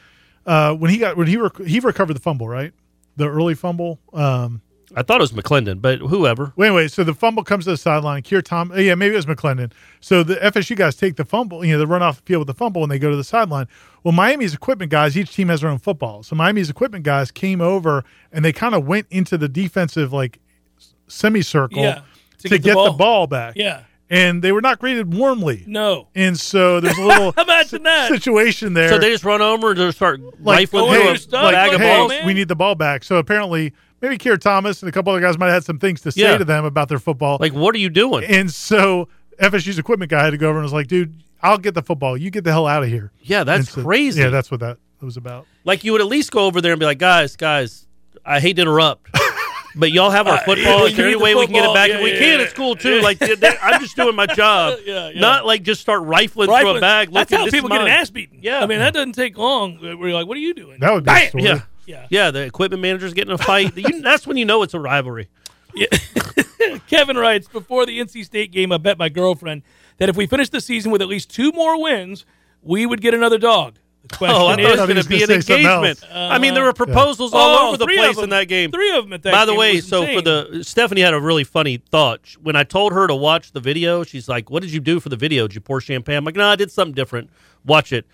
Speaker 4: uh, when he got when he rec- he recovered the fumble right the early fumble. Um,
Speaker 5: I thought it was McClendon, but whoever.
Speaker 4: well, anyway, so the fumble comes to the sideline. Keir Thomas, oh, yeah, maybe it was McClendon. So the FSU guys take the fumble, you know, they run off the field with the fumble and they go to the sideline. Well, Miami's equipment guys, each team has their own football. So Miami's equipment guys came over and they kind of went into the defensive like s- semicircle
Speaker 3: Yeah,
Speaker 4: to, get, the, ball. back.
Speaker 3: Yeah.
Speaker 4: And they were not greeted warmly.
Speaker 3: No.
Speaker 4: And so there's a little
Speaker 3: Imagine
Speaker 4: si-
Speaker 3: that.
Speaker 4: situation there.
Speaker 5: So they just run over and just start
Speaker 4: like,
Speaker 5: rifling
Speaker 3: hey,
Speaker 5: through a
Speaker 3: you're stuck,
Speaker 5: bag
Speaker 3: like,
Speaker 5: of
Speaker 3: hey,
Speaker 5: balls.
Speaker 3: man.
Speaker 4: we need the ball back. So apparently, maybe Kier Thomas and a couple other guys might have had some things to say
Speaker 5: Yeah.
Speaker 4: to them about their football.
Speaker 5: Like, what are you doing?
Speaker 4: and so FSU's equipment guy had to go over and was like, "Dude, I'll get the football. You get the hell out of here."
Speaker 5: Yeah, that's
Speaker 4: And so-
Speaker 5: crazy.
Speaker 4: Yeah, that's what that was about.
Speaker 5: like you would at least go over there and be like, guys, guys, I hate to interrupt. But y'all have
Speaker 4: Uh,
Speaker 5: our football.
Speaker 3: yeah,
Speaker 5: Is there
Speaker 3: you need
Speaker 5: any
Speaker 3: the
Speaker 5: way we can get it
Speaker 3: football.
Speaker 5: back?
Speaker 3: Yeah,
Speaker 5: if we
Speaker 3: yeah,
Speaker 5: can,
Speaker 3: yeah.
Speaker 5: it's cool too. Like th- th- I'm just doing my job,
Speaker 3: Yeah, yeah.
Speaker 5: not like just start rifling, through a
Speaker 3: Rifling-
Speaker 5: bag.
Speaker 3: That's
Speaker 5: looking,
Speaker 3: how
Speaker 5: "This is
Speaker 3: people get an
Speaker 5: mine."
Speaker 3: ass beaten.
Speaker 5: Yeah.
Speaker 3: I mean, that doesn't take long. We're like, what are you doing?
Speaker 4: That would be a
Speaker 3: Bam!
Speaker 4: story.
Speaker 5: Yeah,
Speaker 3: Yeah.
Speaker 5: yeah. The equipment manager's getting in a fight. You- that's when you know it's a rivalry.
Speaker 3: Kevin writes Before the NC State game, I bet my girlfriend that if we finish the season with at least two more wins, we would get another dog. The question
Speaker 5: Oh, I thought it
Speaker 3: is,
Speaker 5: was
Speaker 4: thought he
Speaker 5: going
Speaker 4: was
Speaker 5: to be an
Speaker 4: gonna say something
Speaker 5: engagement. I mean, there were proposals all
Speaker 3: Oh,
Speaker 5: over the
Speaker 3: three
Speaker 5: place
Speaker 3: of
Speaker 5: in
Speaker 3: them.
Speaker 5: that game.
Speaker 3: Three of them at that
Speaker 5: By the
Speaker 3: game. It
Speaker 5: way,
Speaker 3: was
Speaker 5: so for
Speaker 3: insane.
Speaker 5: the Stephanie had a really funny thought Sh- when I told her to watch the video. She's like, "What did you do for the video? Did you pour champagne?" I'm like, "No, I did something different. Watch it."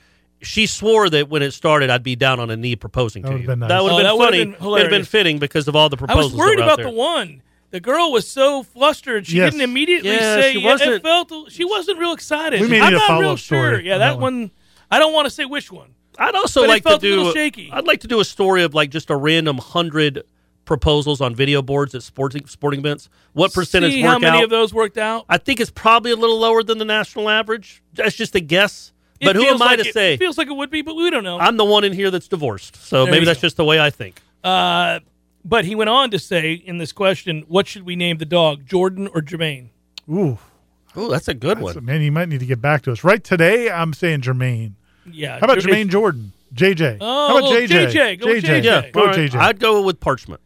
Speaker 5: She swore that when it started, I'd be down on a knee proposing to
Speaker 4: would've
Speaker 5: you.
Speaker 4: been nice.
Speaker 5: That would have
Speaker 3: Oh, that
Speaker 5: been
Speaker 3: would've
Speaker 5: funny.
Speaker 3: been
Speaker 5: It would have been
Speaker 3: hilarious.
Speaker 5: fitting because of all the
Speaker 3: I
Speaker 5: proposals.
Speaker 3: was worried
Speaker 5: that were out
Speaker 3: about
Speaker 5: there.
Speaker 3: the one. The girl was so flustered; she
Speaker 4: Yes.
Speaker 3: didn't immediately
Speaker 5: Yeah,
Speaker 3: say.
Speaker 5: she
Speaker 3: yeah,
Speaker 5: wasn't-
Speaker 3: it felt she wasn't real excited.
Speaker 4: We may
Speaker 3: I'm
Speaker 4: need a
Speaker 3: not real
Speaker 4: follow-up
Speaker 3: sure.
Speaker 4: story
Speaker 3: Yeah,
Speaker 4: on
Speaker 3: that
Speaker 4: that
Speaker 3: one.
Speaker 4: one.
Speaker 3: I don't want to say which one.
Speaker 5: I'd also
Speaker 3: But it
Speaker 5: like to
Speaker 3: felt a little
Speaker 5: do.
Speaker 3: shaky.
Speaker 5: I'd like to do a story of like just a random hundred proposals on video boards at sporting sporting events. What percentage
Speaker 3: See
Speaker 5: work
Speaker 3: how many
Speaker 5: out?
Speaker 3: of those worked out?
Speaker 5: I think it's probably a little lower than the national average. That's just a guess.
Speaker 3: It
Speaker 5: But who
Speaker 3: feels
Speaker 5: am I
Speaker 3: like
Speaker 5: to
Speaker 3: it-
Speaker 5: say?
Speaker 3: It feels like it would be, but we don't know.
Speaker 5: I'm the one in here that's divorced, so
Speaker 3: There you
Speaker 5: maybe that's
Speaker 3: go.
Speaker 5: just the way I think.
Speaker 3: Uh, but he went on to say in this question, "What should we name the dog, Jordan or Jermaine?"
Speaker 4: Ooh,
Speaker 5: Oh, that's a good
Speaker 4: that's-
Speaker 5: one.
Speaker 4: man, you might need to get back to us right today. I'm saying Jermaine.
Speaker 3: Yeah.
Speaker 4: How about
Speaker 3: Jer-
Speaker 4: Jermaine Jordan? JJ.
Speaker 3: Oh,
Speaker 4: How about
Speaker 3: little
Speaker 4: JJ?
Speaker 3: JJ. Go with JJ.
Speaker 5: Yeah,
Speaker 4: Go
Speaker 5: all
Speaker 4: with
Speaker 5: right.
Speaker 4: JJ.
Speaker 5: I'd go with parchment.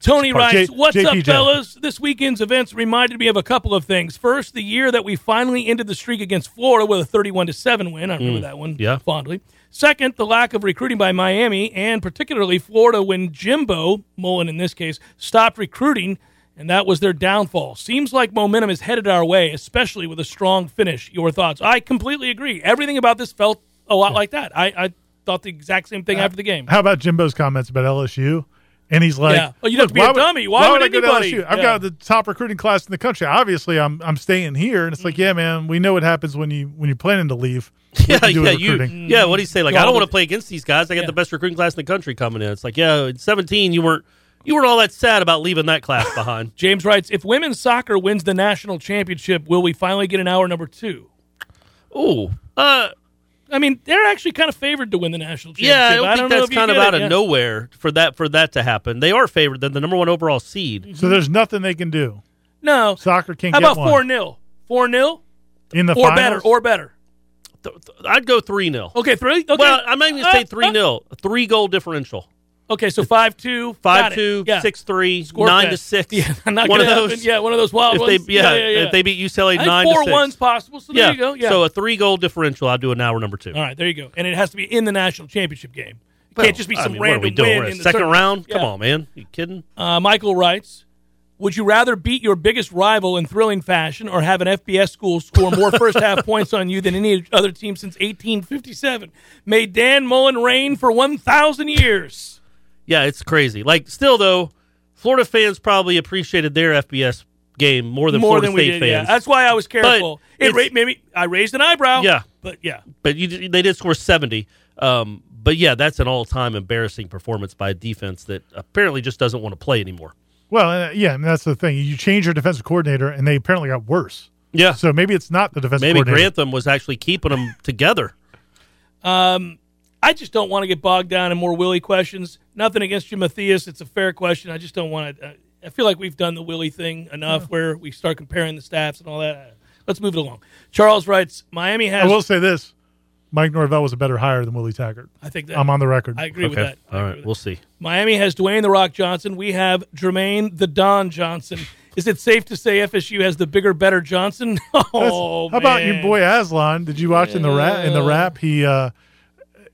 Speaker 3: Tony
Speaker 4: Park-
Speaker 3: writes,
Speaker 4: J-
Speaker 3: What's up,
Speaker 4: JPJ.
Speaker 3: fellas? This weekend's events reminded me of a couple of things. First, the year that we finally ended the streak against Florida with a 31 to 7 win. I remember that one
Speaker 5: Mm. yeah.
Speaker 3: fondly. Second, the lack of recruiting by Miami, and particularly Florida when Jimbo, Mullen in this case, stopped recruiting, and that was their downfall. Seems like momentum is headed our way, especially with a strong finish. Your thoughts? I completely agree. Everything about this felt a lot like that. I, I thought the exact same
Speaker 5: Uh,
Speaker 3: thing after the game.
Speaker 4: How about Jimbo's comments about LSU? And he's like,
Speaker 3: Yeah. Oh, you'd
Speaker 4: "Look,
Speaker 3: have to be
Speaker 4: why
Speaker 3: a
Speaker 4: would-
Speaker 3: dummy. Why would
Speaker 4: I go to
Speaker 3: anybody?"
Speaker 4: LSU? I've
Speaker 3: Yeah.
Speaker 4: got the top recruiting class in the country. Obviously, I'm I'm staying here." And it's
Speaker 3: Mm-hmm.
Speaker 4: like, "Yeah, man, we know what happens when you when you're planning to leave. What
Speaker 5: Yeah,
Speaker 4: you do
Speaker 5: yeah,
Speaker 4: with
Speaker 5: you,
Speaker 4: recruiting.
Speaker 5: yeah. What do you say? Like,
Speaker 3: Well,
Speaker 5: I don't
Speaker 3: but-
Speaker 5: want to play against these guys. I got the best recruiting class in the country coming in. It's like, yeah, in seventeen, you weren't you weren't all that sad about leaving that class behind.
Speaker 3: James writes, if women's soccer wins the national championship, will we finally get an hour number two?
Speaker 5: Ooh,
Speaker 3: Uh, I mean, they're actually kind of favored to win the national championship.
Speaker 5: yeah. I don't, think
Speaker 3: know
Speaker 5: that's
Speaker 3: if you
Speaker 5: kind of
Speaker 3: get it,
Speaker 5: out of
Speaker 3: yeah.
Speaker 5: nowhere for that for that to happen. They are favored. They're the number one overall seed.
Speaker 4: So there's nothing they can do.
Speaker 3: No.
Speaker 4: Soccer can't
Speaker 3: mm-hmm. How
Speaker 4: get
Speaker 3: about
Speaker 4: one
Speaker 3: 4 0? 4 0?
Speaker 4: in the
Speaker 3: Or
Speaker 4: finals.
Speaker 3: better. Or better.
Speaker 5: Th- th- I'd go three 0
Speaker 3: Okay, three? Okay.
Speaker 5: Well, I'm not even gonna
Speaker 3: Uh,
Speaker 5: say
Speaker 3: uh,
Speaker 5: three 0 Oh, Three goal differential.
Speaker 3: Okay, so 5 2.
Speaker 5: Five two, six three, nine to six.
Speaker 3: Yeah, not
Speaker 5: one of
Speaker 3: gonna happen.
Speaker 5: those.
Speaker 3: Yeah, one of those wild
Speaker 5: if
Speaker 3: ones.
Speaker 5: They, yeah, if they beat UCLA
Speaker 3: I think
Speaker 5: nine
Speaker 3: four
Speaker 5: to six.
Speaker 3: ones possible. So there
Speaker 5: yeah.
Speaker 3: you go. Yeah. Uh,
Speaker 5: So a three goal differential, I'd do an hour number two.
Speaker 3: All right, there you go. And it has to be in the national championship game. It can't just be
Speaker 5: I
Speaker 3: some
Speaker 5: mean,
Speaker 3: random
Speaker 5: what are we doing?
Speaker 3: win
Speaker 5: We're in
Speaker 3: in the
Speaker 5: second
Speaker 3: tournament.
Speaker 5: round? Come
Speaker 3: Yeah.
Speaker 5: on, man. You kidding?
Speaker 3: Uh, Michael writes, "Would you rather beat your biggest rival in thrilling fashion, or have an FBS school score more first half points on you than any other team since 1857? May Dan Mullen reign for 1,000 years."
Speaker 5: Yeah, it's crazy. Like, still though, Florida fans probably appreciated their FBS game more than
Speaker 3: more
Speaker 5: Florida
Speaker 3: than we
Speaker 5: State
Speaker 3: did. Yeah,
Speaker 5: fans.
Speaker 3: that's why I was careful. it
Speaker 5: it's-
Speaker 3: ra- maybe I raised an eyebrow.
Speaker 5: Yeah.
Speaker 3: but yeah,
Speaker 5: but you, did- they did score seventy. Um, but yeah, that's an all-time embarrassing performance by a defense that apparently just doesn't want to play anymore.
Speaker 4: Well, uh, yeah, and that's the thing. You change your defensive coordinator, and they apparently got worse.
Speaker 5: Yeah,
Speaker 4: So maybe it's not the defensive
Speaker 5: maybe
Speaker 4: coordinator.
Speaker 5: Grantham was actually keeping them together.
Speaker 3: Um, I just don't want to get bogged down in more Willie questions. Nothing against you, Matthias. It's a fair question. I just don't want to. uh, I feel like we've done the Willie thing enough where we start comparing the staffs and all that. Let's move it along. Charles writes Miami has.
Speaker 4: I will say this: Mike Norvell was a better hire than Willie Taggart.
Speaker 3: I think that-
Speaker 4: I'm on the record.
Speaker 3: I agree with
Speaker 5: Okay.
Speaker 3: that.
Speaker 5: All right, we'll see.
Speaker 3: Miami has Dwayne The Rock Johnson. We have Jermaine The Don Johnson. Is it safe to say FSU has the bigger, better Johnson?
Speaker 4: That's-
Speaker 3: Oh,
Speaker 4: how about your
Speaker 3: man.
Speaker 4: boy Aslan? Did you watch in the rap? In the rap, he uh,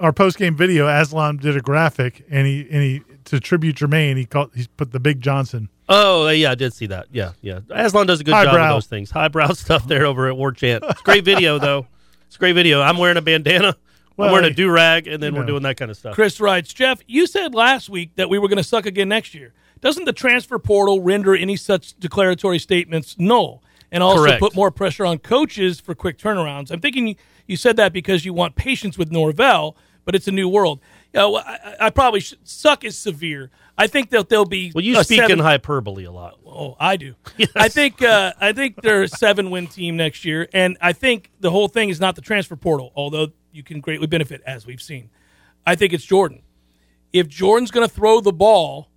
Speaker 4: our post game video. Aslan did a graphic, and he and he to tribute Jermaine. He called he put the big Johnson.
Speaker 5: Oh yeah, I did see that. Yeah, yeah. Aslan does a good job
Speaker 4: Highbrow.
Speaker 5: of those things. Highbrow stuff there over at War Chant. It's a great video though. It's a great video. I'm wearing a bandana.
Speaker 4: Well,
Speaker 5: I'm wearing a
Speaker 4: hey,
Speaker 5: do rag, and then
Speaker 4: you
Speaker 5: we're
Speaker 4: know.
Speaker 5: doing that kind of stuff.
Speaker 3: Chris writes, Jeff, you said last week that we were going to suck again next year. Doesn't the transfer portal render any such declaratory statements null and also
Speaker 5: Correct.
Speaker 3: put more pressure on coaches for quick turnarounds? I'm thinking you- you said that because you want patience with Norvell, but it's a new world. Yeah, well, I, I probably should, suck is severe. I think that they'll be.
Speaker 5: Well, you
Speaker 3: a
Speaker 5: speak in
Speaker 3: seven-
Speaker 5: hyperbole a lot.
Speaker 3: Oh, I do. I think uh, I think they're a seven win team next year, and I think the whole thing is not the transfer portal, although you can greatly benefit as we've seen. I think it's Jordan. If Jordan's going to throw the ball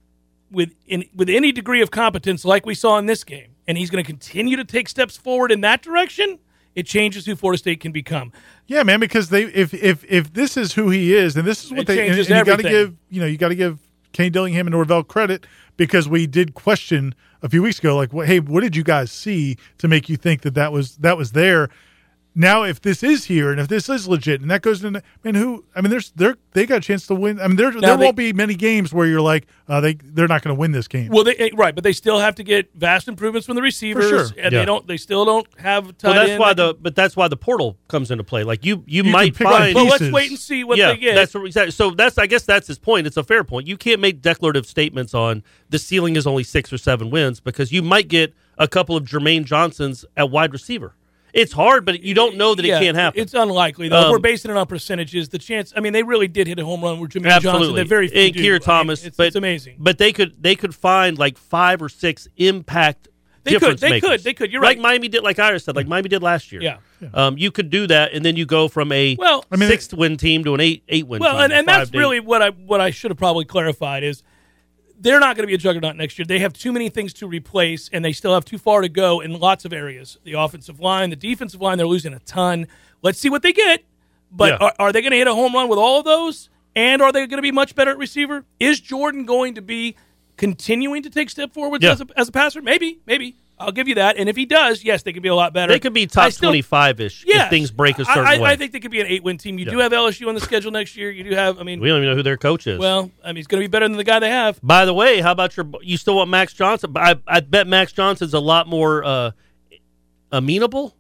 Speaker 3: with in, with any degree of competence, like we saw in this game, and he's going to continue to take steps forward in that direction, it changes who Florida State can become.
Speaker 4: Yeah, man, because they if if if this is who he is, then this is what
Speaker 3: It
Speaker 4: they and,
Speaker 3: changes
Speaker 4: and you got to
Speaker 3: everything.
Speaker 4: give you know you got to give Kane Dillingham and Norvell credit because we did question a few weeks ago like what, hey what did you guys see to make you think that that was that was there. Now, if this is here and if this is legit and that goes into, I mean, who? I mean, there's they're they got a chance to win. I mean, there there
Speaker 3: they-
Speaker 4: won't be many games where you're like uh, they they're not going to win this game.
Speaker 3: Well, they eh, right, but they still have to get vast improvements from the receivers,
Speaker 4: sure.
Speaker 3: and
Speaker 5: Yeah.
Speaker 3: they don't. They still don't have.
Speaker 5: Well,
Speaker 3: tight
Speaker 5: that's
Speaker 3: end
Speaker 5: why
Speaker 3: that can-
Speaker 5: the but that's why the portal comes into play. Like you, you,
Speaker 4: You can
Speaker 5: might
Speaker 4: pick up
Speaker 5: find.
Speaker 3: Well, let's
Speaker 4: pieces.
Speaker 3: wait and see what
Speaker 5: yeah,
Speaker 3: they get.
Speaker 5: that's what we said. So that's I guess that's his point. It's a fair point. You can't make declarative statements on the ceiling is only six or seven wins because you might get a couple of Jermaine Johnsons at wide receiver. It's hard, but you don't know that
Speaker 3: Yeah,
Speaker 5: it can't happen.
Speaker 3: It's unlikely though. If
Speaker 5: Um,
Speaker 3: we're basing it on percentages. The chance, I mean, they really did hit a home run with Jimmy Johnson.
Speaker 5: Absolutely,
Speaker 3: They're very few
Speaker 5: and
Speaker 3: do. I mean,
Speaker 5: Kier Thomas,
Speaker 3: it's,
Speaker 5: but
Speaker 3: it's amazing.
Speaker 5: But they could they could find like five or six impact.
Speaker 3: They could,
Speaker 5: difference
Speaker 3: they
Speaker 5: makers.
Speaker 3: could, they could. You're
Speaker 5: like
Speaker 3: right.
Speaker 5: Miami did, like Ira said, like Miami did last year.
Speaker 3: Yeah.
Speaker 5: Um, you could do that, and then you go from a
Speaker 3: Well- I mean,
Speaker 5: sixth win team to an eight eight win.
Speaker 3: well,
Speaker 5: team,
Speaker 3: and, and
Speaker 5: a
Speaker 3: that's
Speaker 5: five-day-
Speaker 3: really what I what I should have probably clarified is they're not going to be a juggernaut next year. They have too many things to replace, and they still have too far to go in lots of areas. The offensive line, the defensive line, they're losing a ton. Let's see what they get. But
Speaker 5: Yeah.
Speaker 3: are, are they going to hit a home run with all of those? And are they going to be much better at receiver? Is Jordan going to be continuing to take step forwards
Speaker 5: Yeah.
Speaker 3: as, a, as a passer? Maybe, maybe. I'll give you that. And if he does, yes, they could be a lot better.
Speaker 5: they could be top twenty five ish
Speaker 3: Yeah,
Speaker 5: if things break a certain
Speaker 3: I, I,
Speaker 5: way.
Speaker 3: I think they could be an eight-win team. You do have LSU on the schedule next year. You do have, I mean,
Speaker 5: we don't even know who their coach is.
Speaker 3: well, I mean, he's going to be better than the guy they have.
Speaker 5: By the way, how about your? You still want Max Johnson? I I bet Max Johnson's a lot more uh, amenable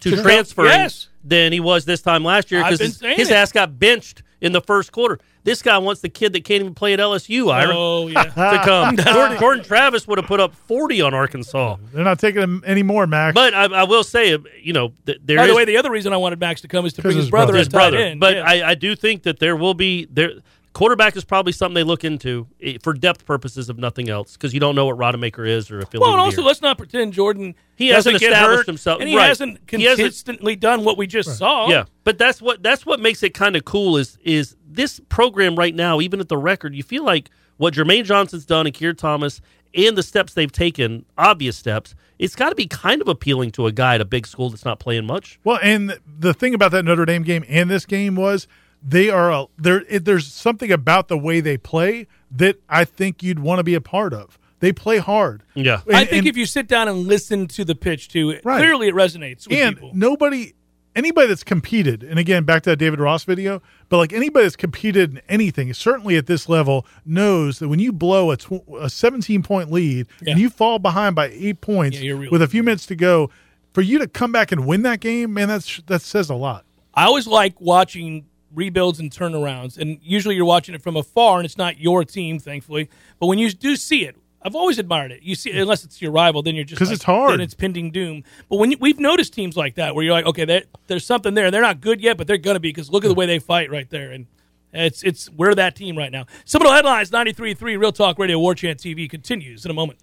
Speaker 5: to
Speaker 3: Sure.
Speaker 5: transfer
Speaker 3: Yes.
Speaker 5: than he was this time last year
Speaker 3: I've
Speaker 5: because
Speaker 3: been
Speaker 5: his,
Speaker 3: saying
Speaker 5: his
Speaker 3: it.
Speaker 5: ass got benched in the first quarter. This guy wants the kid that can't even play at LSU, Ira,
Speaker 3: Oh, yeah.
Speaker 5: to come. Gordon, Gordon Uh, Travis would have put up 40 on Arkansas.
Speaker 4: They're not taking him anymore, Max.
Speaker 5: But I, I will say, uh, you know, th- there
Speaker 3: By the
Speaker 5: is-
Speaker 3: way, the other reason I wanted Max to come is to
Speaker 4: 'Cause
Speaker 3: bring his
Speaker 4: his
Speaker 3: brother,
Speaker 4: brother.
Speaker 3: as
Speaker 5: his
Speaker 3: tight
Speaker 5: brother.
Speaker 3: end,
Speaker 5: but
Speaker 3: yeah.
Speaker 5: I, I do think that there will be there. Quarterback is probably something they look into eh, for depth purposes, if nothing else, because you don't know what Rodemaker is or if he'll
Speaker 3: Well, and
Speaker 5: even be
Speaker 3: also
Speaker 5: here.
Speaker 3: let's not pretend Jordan
Speaker 5: He
Speaker 3: doesn't
Speaker 5: hasn't
Speaker 3: get
Speaker 5: established
Speaker 3: hurt,
Speaker 5: himself-
Speaker 3: and he
Speaker 5: right.
Speaker 3: hasn't
Speaker 5: He hasn't-
Speaker 3: consistently done what we just saw.
Speaker 5: Yeah, but that's what that's what makes it kind of cool is is this program right now, even at the record, you feel like what Jermaine Johnson's done and Kier Thomas and the steps they've taken, obvious steps, it's got to be kind of appealing to a guy at a big school that's not playing much.
Speaker 4: Well, and the thing about that Notre Dame game and this game was they are a, there. it- There's something about the way they play that I think you'd want to be a part of. They play hard.
Speaker 5: Yeah.
Speaker 4: And-
Speaker 3: I think
Speaker 4: and-
Speaker 3: if you sit down and listen to the pitch too, it
Speaker 4: Right.
Speaker 3: clearly it resonates with
Speaker 4: and
Speaker 3: people.
Speaker 4: nobody, anybody that's competed, and again back to that David Ross video, but like anybody that's competed in anything, certainly at this level, knows that when you blow a, tw- a 17 point lead
Speaker 3: Yeah.
Speaker 4: and you fall behind by eight points
Speaker 3: Yeah, you're real.
Speaker 4: with a few minutes to go, for you to come back and win that game, man, that's that says a lot.
Speaker 3: I always like watching rebuilds and turnarounds, and usually you're watching it from afar, and it's not your team, thankfully. But when you do see it, I've always admired it. You see, unless it's your rival, then you're just
Speaker 4: 'Cause
Speaker 3: like-
Speaker 4: it's hard.
Speaker 3: Then it's pending doom. But when you, we've noticed teams like that, where you're like, okay, there- there's something there. They're not good yet, but they're gonna be because look at the way they fight right there, and it's it's we're that team right now. Seminole headlines 93.3 Real Talk Radio War Chant TV continues in a moment.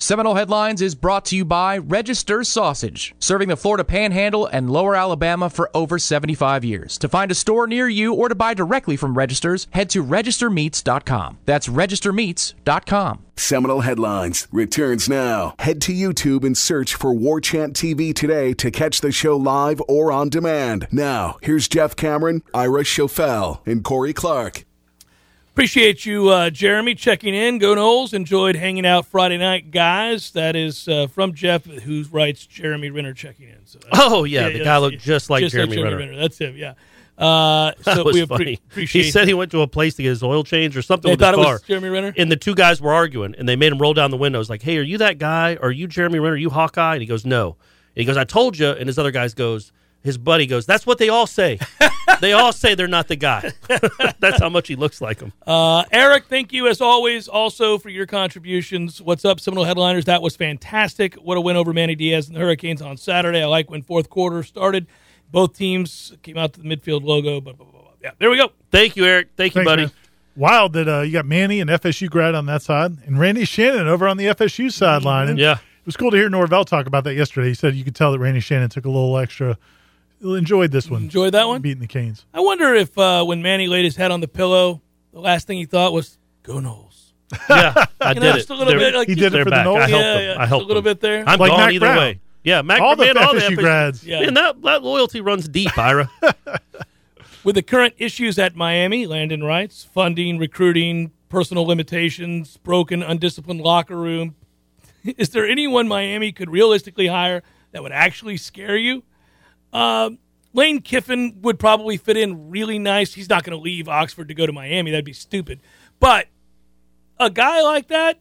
Speaker 1: Seminole Headlines is brought to you by Register Sausage, serving the Florida Panhandle and Lower Alabama for over 75 years. To find a store near you or to buy directly from Registers, head to registermeats.com. That's registermeats.com.
Speaker 2: Seminole Headlines returns now. Head to YouTube and search for War Chant TV today to catch the show live or on demand. Now, here's Jeff Cameron, Ira Schofel, and Corey Clark.
Speaker 3: Appreciate you, uh, Jeremy, checking in. Go Knowles. Enjoyed hanging out Friday night, guys. That is uh, from Jeff, who writes Jeremy Renner checking in. So that's-
Speaker 5: Oh yeah, the guy
Speaker 3: that's-
Speaker 5: looked just like Jeremy Renner.
Speaker 3: That's him, yeah. Uh,
Speaker 5: That
Speaker 3: so
Speaker 5: was
Speaker 3: we appre-
Speaker 5: funny.
Speaker 3: appreciate
Speaker 5: he said he went to a place to get his oil changed or something
Speaker 3: They
Speaker 5: with
Speaker 3: thought
Speaker 5: his
Speaker 3: it
Speaker 5: car.
Speaker 3: was Jeremy Renner?
Speaker 5: And the two guys were arguing, and they made him roll down the windows. Like, hey, are you that guy? Are you Jeremy Renner? Are you Hawkeye? And he goes, no. And he goes, I told you. And his other guys goes, his buddy goes, that's what they all say. they all say they're not the guy. that's how much he looks like him.
Speaker 3: Uh, Eric, thank you as always also for your contributions. What's up, Seminole Headliners? That was fantastic. What a win over Manny Diaz and the Hurricanes on Saturday. I like when fourth quarter started. Both teams came out to the midfield logo. Blah, blah, blah, blah. Yeah, there we go.
Speaker 5: Thank you, Eric. Thank you,
Speaker 4: Thanks,
Speaker 5: buddy.
Speaker 4: man. Wild that uh, you got Manny, an FSU grad, on that side, and Randy Shannon over on the FSU sideline. And
Speaker 5: Yeah.
Speaker 4: it was cool to hear Norvell talk about that yesterday. He said you could tell that Randy Shannon took a little extra. Enjoyed this one.
Speaker 3: Enjoyed that one?
Speaker 4: beating the Canes.
Speaker 3: I wonder if uh, when Manny laid his head on the pillow, the last thing he thought was "Go Knowles."
Speaker 5: Yeah, I
Speaker 3: You
Speaker 5: did
Speaker 3: know,
Speaker 5: it.
Speaker 3: just a little
Speaker 5: They're-
Speaker 3: bit like
Speaker 4: He
Speaker 3: you-
Speaker 4: did it
Speaker 5: they're
Speaker 4: for the
Speaker 5: back.
Speaker 4: Knowles?
Speaker 5: I
Speaker 4: Yeah,
Speaker 5: helped
Speaker 3: yeah,
Speaker 5: them.
Speaker 3: just
Speaker 5: I
Speaker 3: a
Speaker 5: helped
Speaker 3: little
Speaker 5: them.
Speaker 3: bit there.
Speaker 5: I'm
Speaker 4: Like
Speaker 5: gone
Speaker 4: Mac
Speaker 5: either
Speaker 4: Brown.
Speaker 5: way. Yeah, Mac
Speaker 4: All the
Speaker 5: McMahon, all the
Speaker 4: FSU grads.
Speaker 3: Yeah.
Speaker 5: Man, that, that loyalty runs deep, Ira.
Speaker 3: With the current issues at Miami, Landon writes funding, recruiting, personal limitations, broken, undisciplined locker room. Is there anyone Miami could realistically hire that would actually scare you? Um, Lane Kiffin would probably fit in really nice. He's not going to leave Oxford to go to Miami. That'd be stupid. But a guy like that,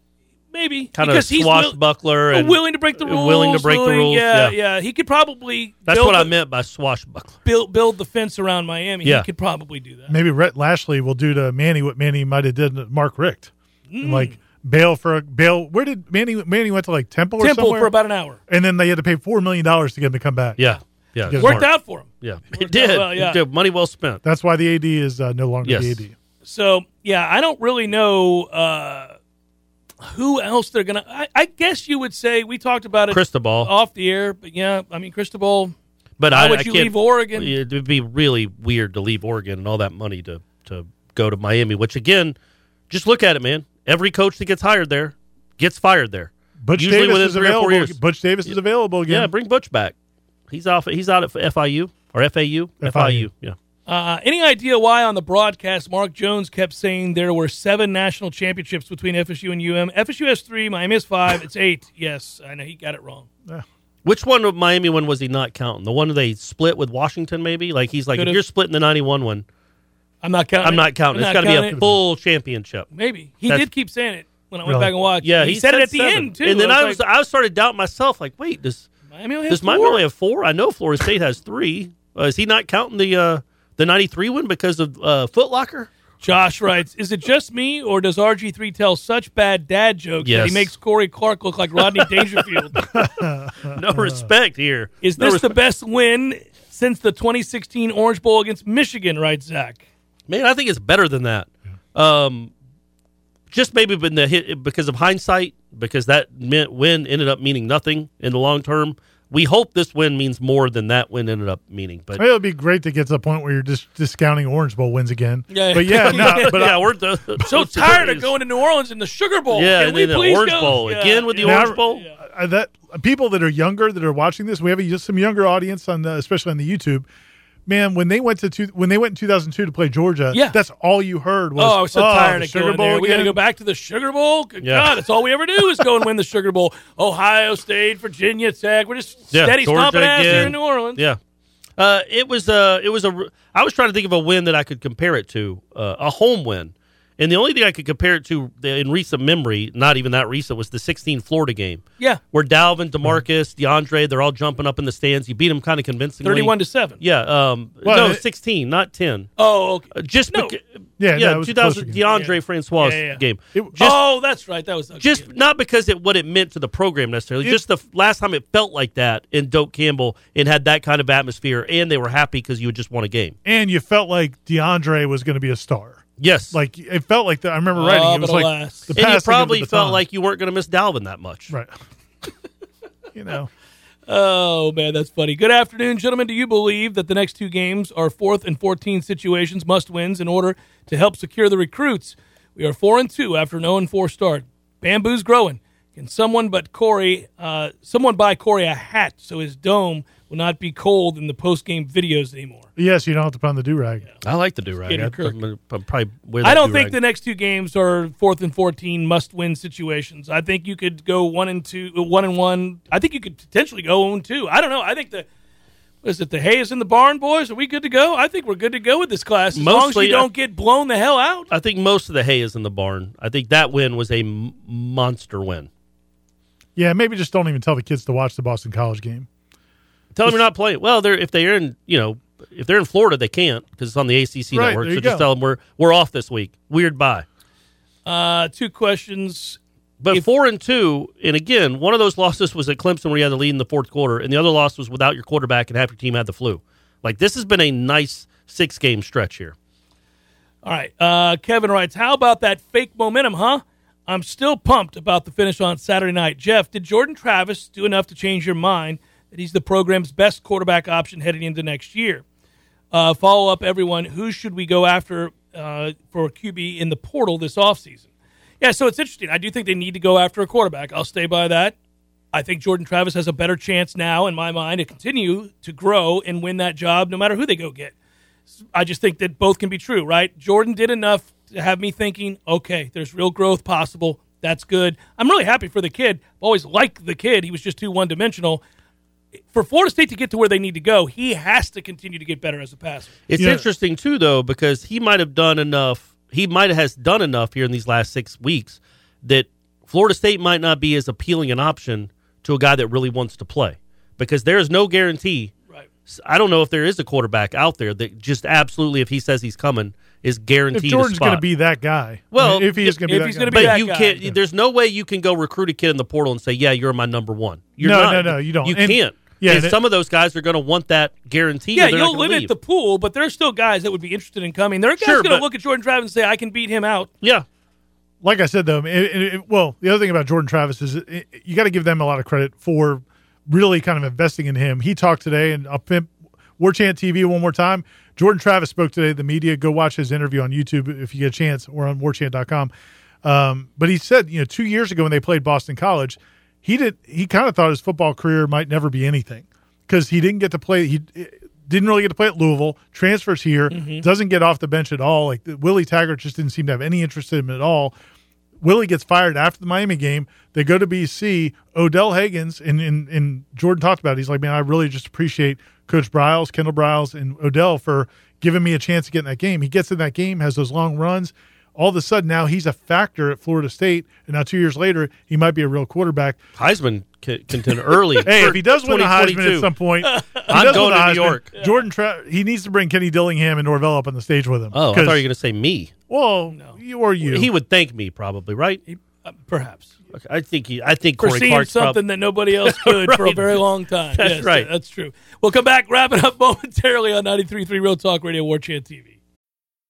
Speaker 3: maybe
Speaker 5: kind of
Speaker 3: because he's will- Oh,
Speaker 5: swashbuckler and
Speaker 3: willing to break the rules,
Speaker 5: Willing to break the
Speaker 3: willing-
Speaker 5: rules.
Speaker 3: Yeah,
Speaker 5: Yeah,
Speaker 3: yeah, He could probably
Speaker 5: That's
Speaker 3: build
Speaker 5: what I
Speaker 3: the-
Speaker 5: meant by swashbuckler.
Speaker 3: Build build the fence around Miami.
Speaker 5: Yeah.
Speaker 3: He could probably do that.
Speaker 4: Maybe Rhett Lashley will do to Manny what Manny might have did to Mark Richt.
Speaker 3: Mm.
Speaker 4: And, Like bail for a bail. Where did Manny? Manny went to like Temple, or
Speaker 3: Temple
Speaker 4: somewhere,
Speaker 3: for about an hour.
Speaker 4: and then they had to pay four million dollars to get him to come back.
Speaker 5: Yeah, yeah,
Speaker 4: Because-
Speaker 3: Worked
Speaker 5: smart.
Speaker 3: out for him.
Speaker 5: Yeah,
Speaker 3: Worked
Speaker 5: it did.
Speaker 3: out well, yeah.
Speaker 5: It did. Money well spent.
Speaker 4: that's why the AD is uh, no longer
Speaker 5: Yes.
Speaker 4: the AD.
Speaker 3: So yeah, I don't really know uh, who else they're gonna. I, I guess you would say we talked about it
Speaker 5: Cristobal,
Speaker 3: off the air, but yeah, I mean Cristobal.
Speaker 5: but
Speaker 3: Why
Speaker 5: I,
Speaker 3: would
Speaker 5: I
Speaker 3: you
Speaker 5: can't-
Speaker 3: leave Oregon?
Speaker 5: It would be really weird to leave Oregon and all that money to to go to Miami. Which again, just look at it, man. Every coach that gets hired there gets fired there.
Speaker 4: Butch
Speaker 5: Usually
Speaker 4: Davis
Speaker 5: within
Speaker 4: is
Speaker 5: three or four
Speaker 4: available.
Speaker 5: years.
Speaker 4: Butch Davis is available again.
Speaker 5: Yeah, bring Butch back. He's off. He's out at FIU or FAU. FIU. Yeah.
Speaker 3: Uh, any idea why on the broadcast Mark Jones kept saying there were seven national championships between FSU and UM? FSU has three, Miami has five. It's eight. Yes, I know he got it wrong.
Speaker 5: Which one of Miami one was he not counting? The one they split with Washington, maybe. Like he's like,
Speaker 3: Could've.
Speaker 5: if you're splitting the '91 one,
Speaker 3: I'm not counting.
Speaker 5: I'm
Speaker 3: it.
Speaker 5: not counting.
Speaker 3: I'm
Speaker 5: it's got to
Speaker 3: counting
Speaker 5: be
Speaker 3: it.
Speaker 5: a full championship.
Speaker 3: Maybe he
Speaker 5: That's-
Speaker 3: did keep saying it when I went
Speaker 4: Really?
Speaker 3: back and watched.
Speaker 5: Yeah,
Speaker 3: he, said, it at the
Speaker 5: seven.
Speaker 3: end too.
Speaker 5: And then I
Speaker 3: like,
Speaker 5: was I started doubting myself. Like, wait, does
Speaker 3: I mean,
Speaker 5: Does Miami only have four? I know Florida State has three. Uh, is he not counting the uh, the '93 one because of uh, Foot Locker?
Speaker 3: Josh writes, is it just me or does RG3 tell such bad dad jokes that
Speaker 5: Yes.
Speaker 3: he makes Corey Clark look like Rodney Dangerfield?
Speaker 5: No respect here.
Speaker 3: Is this the best win since the 2016 Orange Bowl against Michigan, right, Zach?
Speaker 5: Man, I think it's better than that. Um, just maybe been the hit because of hindsight, because that meant win ended up meaning nothing in the long term. We hope this win means more than that win ended up meaning. But
Speaker 4: It would be great to get to the point where you're just discounting Orange Bowl wins again. But yeah, no,
Speaker 5: Yeah,
Speaker 4: but
Speaker 5: yeah,
Speaker 4: I-
Speaker 5: we're the,
Speaker 3: So tired of going to New Orleans in the Sugar Bowl.
Speaker 5: Yeah,
Speaker 3: Can
Speaker 5: and
Speaker 3: we
Speaker 5: then the
Speaker 3: please
Speaker 5: Orange
Speaker 3: go?
Speaker 5: Bowl.
Speaker 3: Yeah.
Speaker 5: Again with the
Speaker 4: Now-
Speaker 5: Orange Bowl?
Speaker 4: uh, that people that are younger that are watching this, we have a, some younger audience on the, especially on the YouTube. Man, when they went to two, when they went in 2002 to play Georgia,
Speaker 3: Yeah.
Speaker 4: that's all you heard was
Speaker 3: Oh, I was so tired
Speaker 4: the
Speaker 3: of going there. We got to
Speaker 4: again."
Speaker 3: go back to the Sugar Bowl. Good
Speaker 5: Yeah.
Speaker 3: God, that's all we ever do is go and win the Sugar Bowl. Ohio State, Virginia Tech. We're just
Speaker 5: Yeah,
Speaker 3: steady
Speaker 5: Georgia
Speaker 3: stomping ass here
Speaker 5: again.
Speaker 3: in New Orleans.
Speaker 5: Yeah. Uh, it was a. It was a. I was trying to think of a win that I could compare it to uh, a home win, and the only thing I could compare it to in recent memory, not even that recent, was the 16 Florida game.
Speaker 3: Yeah.
Speaker 5: where Dalvin, Demarcus, DeAndre, they're all jumping up in the stands. You beat them kind of convincingly.
Speaker 3: 31 to 7.
Speaker 5: Yeah. Um.
Speaker 4: Well,
Speaker 5: no,
Speaker 4: it-
Speaker 5: 16, not 10.
Speaker 3: Oh, okay.
Speaker 5: Uh, Just
Speaker 3: No.
Speaker 5: beca-
Speaker 4: Yeah,
Speaker 5: yeah,
Speaker 4: no, it was a
Speaker 5: 2000
Speaker 4: closer game.
Speaker 5: DeAndre Francois
Speaker 3: Yeah, yeah, yeah.
Speaker 5: game.
Speaker 4: It-
Speaker 5: Just-
Speaker 3: oh, that's right. That was that
Speaker 5: just not because it what it meant to the program necessarily.
Speaker 4: It-
Speaker 5: just the f- last time it felt like that in Dope Campbell and had that kind of atmosphere, and they were happy because you had just won a game.
Speaker 4: and you felt like DeAndre was going to be a star.
Speaker 5: Yes,
Speaker 4: Like it felt like that. I remember
Speaker 3: Oh,
Speaker 4: writing. it
Speaker 3: but
Speaker 4: was like
Speaker 3: alas.
Speaker 4: the
Speaker 5: and you
Speaker 4: passing of
Speaker 5: probably
Speaker 4: the
Speaker 5: felt
Speaker 4: baton.
Speaker 5: like you weren't going to miss Dalvin that much.
Speaker 4: right. you know,
Speaker 3: Oh man, that's funny. Good afternoon, gentlemen. Do you believe that the next two games are fourth and fourteen situations, must wins, in order to help secure the recruits? We are four and two after an zero and four start. Bamboo's growing. Can someone but Corey, uh, someone buy Corey a hat so his dome will not be cold in the post game videos anymore?
Speaker 4: yes, you don't have to put on the do rag.
Speaker 5: I like to do right.
Speaker 3: Skinner Kirk.
Speaker 5: I'm, I'm probably wear that
Speaker 3: I don't think the
Speaker 5: do-rag.
Speaker 3: next two games are fourth and fourteen must win situations. I think you could go one and two, uh, one and one. I think you could potentially go zero and two. I don't know. I think the what is it the hay is in the barn, boys? Are we good to go? I think we're good to go with this class as long as
Speaker 5: Mostly,
Speaker 3: you
Speaker 5: I-
Speaker 3: don't get blown the hell out.
Speaker 5: I think most of the hay is in the barn. I think that win was a m- monster win.
Speaker 4: Yeah, maybe just don't even tell the kids to watch the Boston College game.
Speaker 5: Tell them you're not playing. Well, they're if they're in you know if they're in Florida they can't because it's on the ACC
Speaker 4: Right,
Speaker 5: network.
Speaker 4: there
Speaker 5: So
Speaker 4: you
Speaker 5: just
Speaker 4: go.
Speaker 5: tell them we're we're off this week. Weird bye.
Speaker 3: Uh, two questions.
Speaker 5: But four and two, and again, one of those losses was at Clemson where you had the lead in the fourth quarter, and the other loss was without your quarterback and half your team had the flu. Like this has been a nice six game stretch here.
Speaker 3: All right, uh, Kevin writes. How about that fake momentum, huh? I'm still pumped about the finish on Saturday night. Jeff, did Jordan Travis do enough to change your mind that he's the program's best quarterback option heading into next year? Uh, follow up, everyone. Who should we go after uh, for a QB in the portal this offseason? Yeah, so it's interesting. I do think they need to go after a quarterback. I'll stay by that. I think Jordan Travis has a better chance now, in my mind, to continue to grow and win that job no matter who they go get. I just think that both can be true, right? Jordan did enough to have me thinking, okay, there's real growth possible. That's good. I'm really happy for the kid. I've always liked the kid. He was just too one dimensional. For Florida State to get to where they need to go, he has to continue to get better as a passer.
Speaker 5: It's
Speaker 4: Yeah.
Speaker 5: interesting too, though, because he might have done enough. He might has done enough here in these last six weeks that Florida State might not be as appealing an option to a guy that really wants to play because there is no guarantee.
Speaker 3: Right.
Speaker 5: I don't know if there is a quarterback out there that just absolutely, if he says he's coming, is guaranteed.
Speaker 4: If Jordan's
Speaker 5: going
Speaker 4: to be that guy,
Speaker 5: Well,
Speaker 4: I mean, if he is going to be
Speaker 3: if
Speaker 4: that
Speaker 3: he's
Speaker 4: guy,
Speaker 3: gonna be
Speaker 5: but
Speaker 3: that
Speaker 5: you
Speaker 3: guy.
Speaker 5: can't. There's no way you can go recruit a kid in the portal and say, "Yeah, you're my number one." You're
Speaker 4: No,
Speaker 5: not.
Speaker 4: no, no, you don't.
Speaker 5: You
Speaker 4: And-
Speaker 5: can't.
Speaker 4: yeah,
Speaker 5: and
Speaker 4: and it-
Speaker 5: some of those guys are going to want that guarantee. or
Speaker 3: Yeah,
Speaker 5: they're not
Speaker 3: you'll
Speaker 5: gonna
Speaker 3: limit
Speaker 5: leave.
Speaker 3: the pool, but there are still guys that would be interested in coming. There are guys
Speaker 5: Sure,
Speaker 3: going to
Speaker 5: but-
Speaker 3: look at Jordan Travis and say, I can beat him out.
Speaker 5: Yeah,
Speaker 4: like I said though, it, it- it- well, the other thing about Jordan Travis is it, it- you got to give them a lot of credit for really kind of investing in him. He talked today, and I'll pimp War Chant TV one more time. Jordan Travis spoke today to the media. Go watch his interview on YouTube if you get a chance, or on warchant.com. Um, but he said, you know, two years ago when they played Boston College, he did. He kind of thought his football career might never be anything because he didn't get to play. He eh, didn't really get to play at Louisville. Transfers here, doesn't get off the bench at all. Like Willie Taggart just didn't seem to have any interest in him at all. Willie gets fired after the Miami game. They go to BC. Odell Higgins and, and and Jordan talked about. It. He's like, man, I really just appreciate Coach Bryles, Kendall Bryles, and Odell for giving me a chance to get in that game. He gets in that game, has those long runs. all of a sudden now he's a factor at Florida State, and now two years later he might be a real quarterback.
Speaker 5: Heisman c- contender early.
Speaker 4: Hey,
Speaker 5: for
Speaker 4: if he does win the Heisman
Speaker 5: 2022.
Speaker 4: at some point, if he
Speaker 5: I'm
Speaker 4: does
Speaker 5: going
Speaker 4: win the
Speaker 5: to New
Speaker 4: Heisman,
Speaker 5: York.
Speaker 4: Jordan, Tra- he needs to bring Kenny Dillingham and Norvell up on the stage with him.
Speaker 5: Oh, I thought you were
Speaker 4: 'Cause-
Speaker 5: going to say me.
Speaker 4: Well, you or you.
Speaker 5: He would thank me probably, right?
Speaker 3: uh, perhaps.
Speaker 5: Okay, I think he. I think
Speaker 3: For
Speaker 5: Corey
Speaker 3: seeing
Speaker 5: Clark's prob-
Speaker 3: something that nobody else could for a
Speaker 5: Right.
Speaker 3: very long time.
Speaker 5: That's
Speaker 3: Yes,
Speaker 5: right.
Speaker 3: That's true. We'll come back, wrap it up momentarily on 93.3 Real Talk Radio War Chant TV.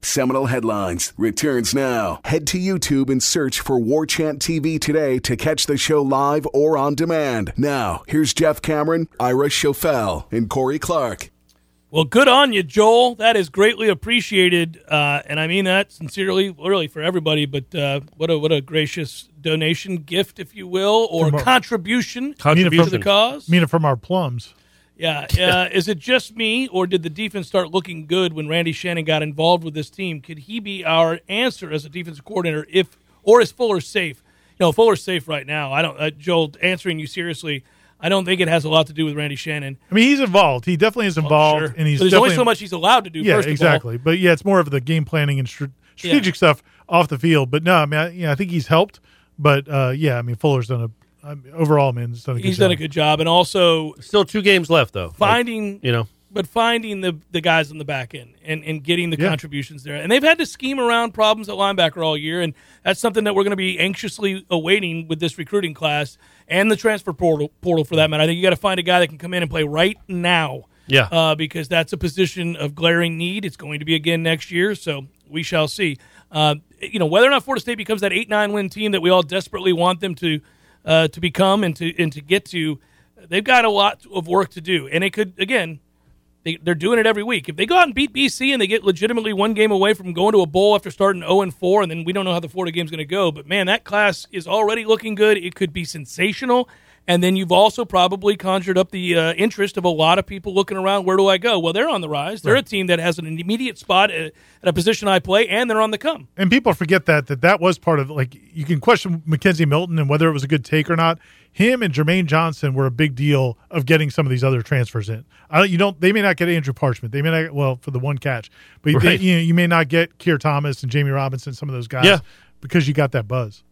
Speaker 2: Seminal Headlines returns now. Head to YouTube and search for War Chant TV today to catch the show live or on demand. Now, here's Jeff Cameron, Ira Schofel, and Corey Clark.
Speaker 3: Well, good on you, Joel. That is greatly appreciated, uh, and I mean that sincerely, really for everybody. But uh, what a what a gracious donation, gift, if you will, or
Speaker 4: From our-
Speaker 3: contribution,
Speaker 4: Meaning
Speaker 3: to the cause.
Speaker 4: Meaning from our plums.
Speaker 3: Yeah. Uh, is it just me, or did the defense start looking good when Randy Shannon got involved with this team? Could he be our answer as a defensive coordinator if, or is Fuller safe? No, Fuller's safe right now. I don't, uh, Joel, answering you seriously, I don't think it has a lot to do with Randy Shannon.
Speaker 4: I mean, he's involved. He definitely is involved,
Speaker 3: Sure.
Speaker 4: and he's
Speaker 3: But there's only
Speaker 4: definitely-
Speaker 3: so much he's allowed to do.
Speaker 4: Yeah,
Speaker 3: first of all.
Speaker 4: exactly. But yeah, it's more of the game planning and str- strategic stuff off the field. But no, I mean, I, yeah, I think he's helped. But uh, yeah, I mean, Fuller's done a I mean, overall, man, he's done a good
Speaker 3: He's
Speaker 4: job.
Speaker 3: done a good job, and also
Speaker 5: still two games left though.
Speaker 3: finding
Speaker 5: you know.
Speaker 3: but finding the the guys on the back end and, and getting the
Speaker 5: Yeah.
Speaker 3: contributions there. And they've had to scheme around problems at linebacker all year, and that's something that we're going to be anxiously awaiting with this recruiting class and the transfer portal portal for that matter. I think you got to find a guy that can come in and play right now.
Speaker 5: Yeah.
Speaker 3: uh, because that's a position of glaring need. It's going to be again next year, so we shall see. Uh, you know whether or not Florida State becomes that eight nine win team that we all desperately want them to uh, to become and to and to get to. They've got a lot of work to do, and it could again they, they're doing it every week. If they go out and beat BC and they get legitimately one game away from going to a bowl after starting 0 and 4, and then we don't know how the Florida game's going to go. But man, that class is already looking good. It could be sensational. And then you've also probably conjured up the uh, interest of a lot of people looking around. Where do I go? Well, they're on the rise. They're a team that has an immediate spot at, at a position I play, and they're on the come.
Speaker 4: And people forget that that that was part of like you can question Mackenzie Milton and whether it was a good take or not. Him and Jermaine Johnson were a big deal of getting some of these other transfers in. I don't, you don't they may not get Andrew Parchment. They may not well for the one catch, but they-
Speaker 5: Right.
Speaker 4: you, know, you may not get Keir Thomas and Jamie Robinson, some of those guys,
Speaker 5: Yeah.
Speaker 4: because you got that buzz.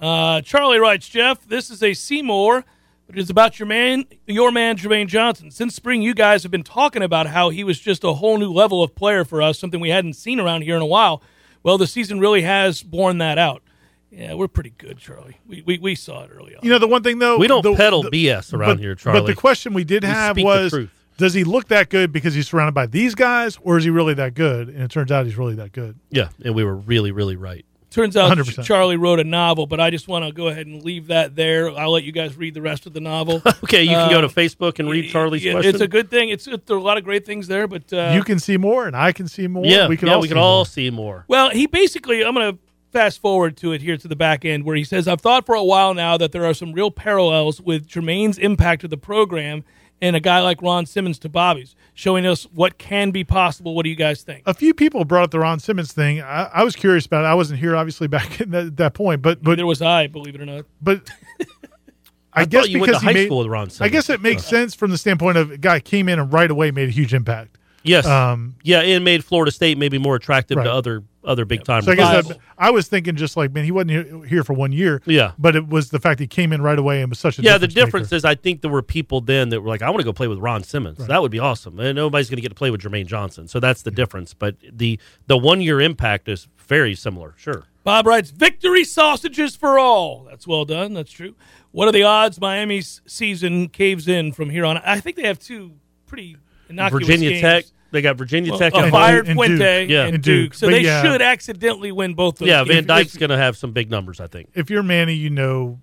Speaker 3: Uh, Charlie writes, Jeff, this is a Seymour, but it's about your man, your man Jermaine Johnson. Since spring, you guys have been talking about how he was just a whole new level of player for us, something we hadn't seen around here in a while. Well, the season really has borne that out. Yeah, we're pretty good, Charlie. We we, we saw it early on.
Speaker 4: You know the one thing though
Speaker 5: We don't
Speaker 4: the-
Speaker 5: peddle
Speaker 4: the-
Speaker 5: BS around
Speaker 4: but-
Speaker 5: here,
Speaker 4: But
Speaker 5: Charlie.
Speaker 4: the question we did
Speaker 5: We
Speaker 4: have
Speaker 5: speak the
Speaker 4: was.
Speaker 5: truth.
Speaker 4: Does he look that good because he's surrounded by these guys, or is he really that good? And it turns out he's really that good.
Speaker 5: Yeah, and we were really, really right.
Speaker 3: Turns out
Speaker 4: 100%.
Speaker 3: Charlie wrote a novel, but I just want to go ahead and leave that there. I'll let you guys read the rest of the novel.
Speaker 5: Okay, you can
Speaker 3: Uh,
Speaker 5: go to Facebook and read Charlie's
Speaker 3: yeah,
Speaker 5: question.
Speaker 3: It's a good thing. It's it, there are a lot of great things there, but uh,
Speaker 4: you can see more, and I can see more.
Speaker 5: yeah,
Speaker 4: we can
Speaker 5: yeah,
Speaker 4: all
Speaker 5: we
Speaker 4: see
Speaker 5: can all see more.
Speaker 3: Well, he basically, I'm going to fast forward to it here to the back end where he says, I've thought for a while now that there are some real parallels with Jermaine's impact to the program and a guy like Ron Simmons to Bobby's, showing us what can be possible. What do you guys think?
Speaker 4: a few people brought up the Ron Simmons thing. I, I was curious about it. I wasn't here, obviously, back at that, that point, but but
Speaker 3: There was I, believe it or not.
Speaker 4: but I,
Speaker 5: I thought
Speaker 4: guess
Speaker 5: you went
Speaker 4: because
Speaker 5: to
Speaker 4: he
Speaker 5: high
Speaker 4: made-
Speaker 5: school with Ron
Speaker 4: I guess
Speaker 5: Simmons.
Speaker 4: it makes sense from the standpoint of a guy came in and right away made a huge impact.
Speaker 5: Yes.
Speaker 4: Um,
Speaker 5: yeah, and made Florida State maybe more attractive
Speaker 4: Right.
Speaker 5: to other other big time.
Speaker 4: So I guess that, I was thinking just like man, he wasn't here- here for one year.
Speaker 5: Yeah.
Speaker 4: but it was the fact he came in right away and was such a
Speaker 5: yeah, the
Speaker 4: difference
Speaker 5: difference is I think there were people then that were like, I want to go play with Ron Simmons. That would be awesome. And nobody's going to get to play with Jermaine Johnson. So that's the difference. But the the one year impact is very similar. Sure.
Speaker 3: Bob writes, "Victory sausages for all." That's well done. That's true. What are the odds Miami's season caves in from here on? I think they have two pretty innocuous
Speaker 5: Virginia
Speaker 3: games.
Speaker 5: Tech. They got Virginia
Speaker 3: Well,
Speaker 5: Tech.
Speaker 3: a
Speaker 5: and-
Speaker 3: fired
Speaker 4: and
Speaker 3: Fuente
Speaker 4: Duke.
Speaker 5: Yeah.
Speaker 3: and
Speaker 4: And
Speaker 3: Duke,
Speaker 4: Duke.
Speaker 3: so
Speaker 4: But
Speaker 3: they
Speaker 4: yeah.
Speaker 3: should accidentally win both. Those
Speaker 5: yeah,
Speaker 3: games.
Speaker 5: Van Dyke's going to have some big numbers, I think.
Speaker 4: If you're Manny, you know,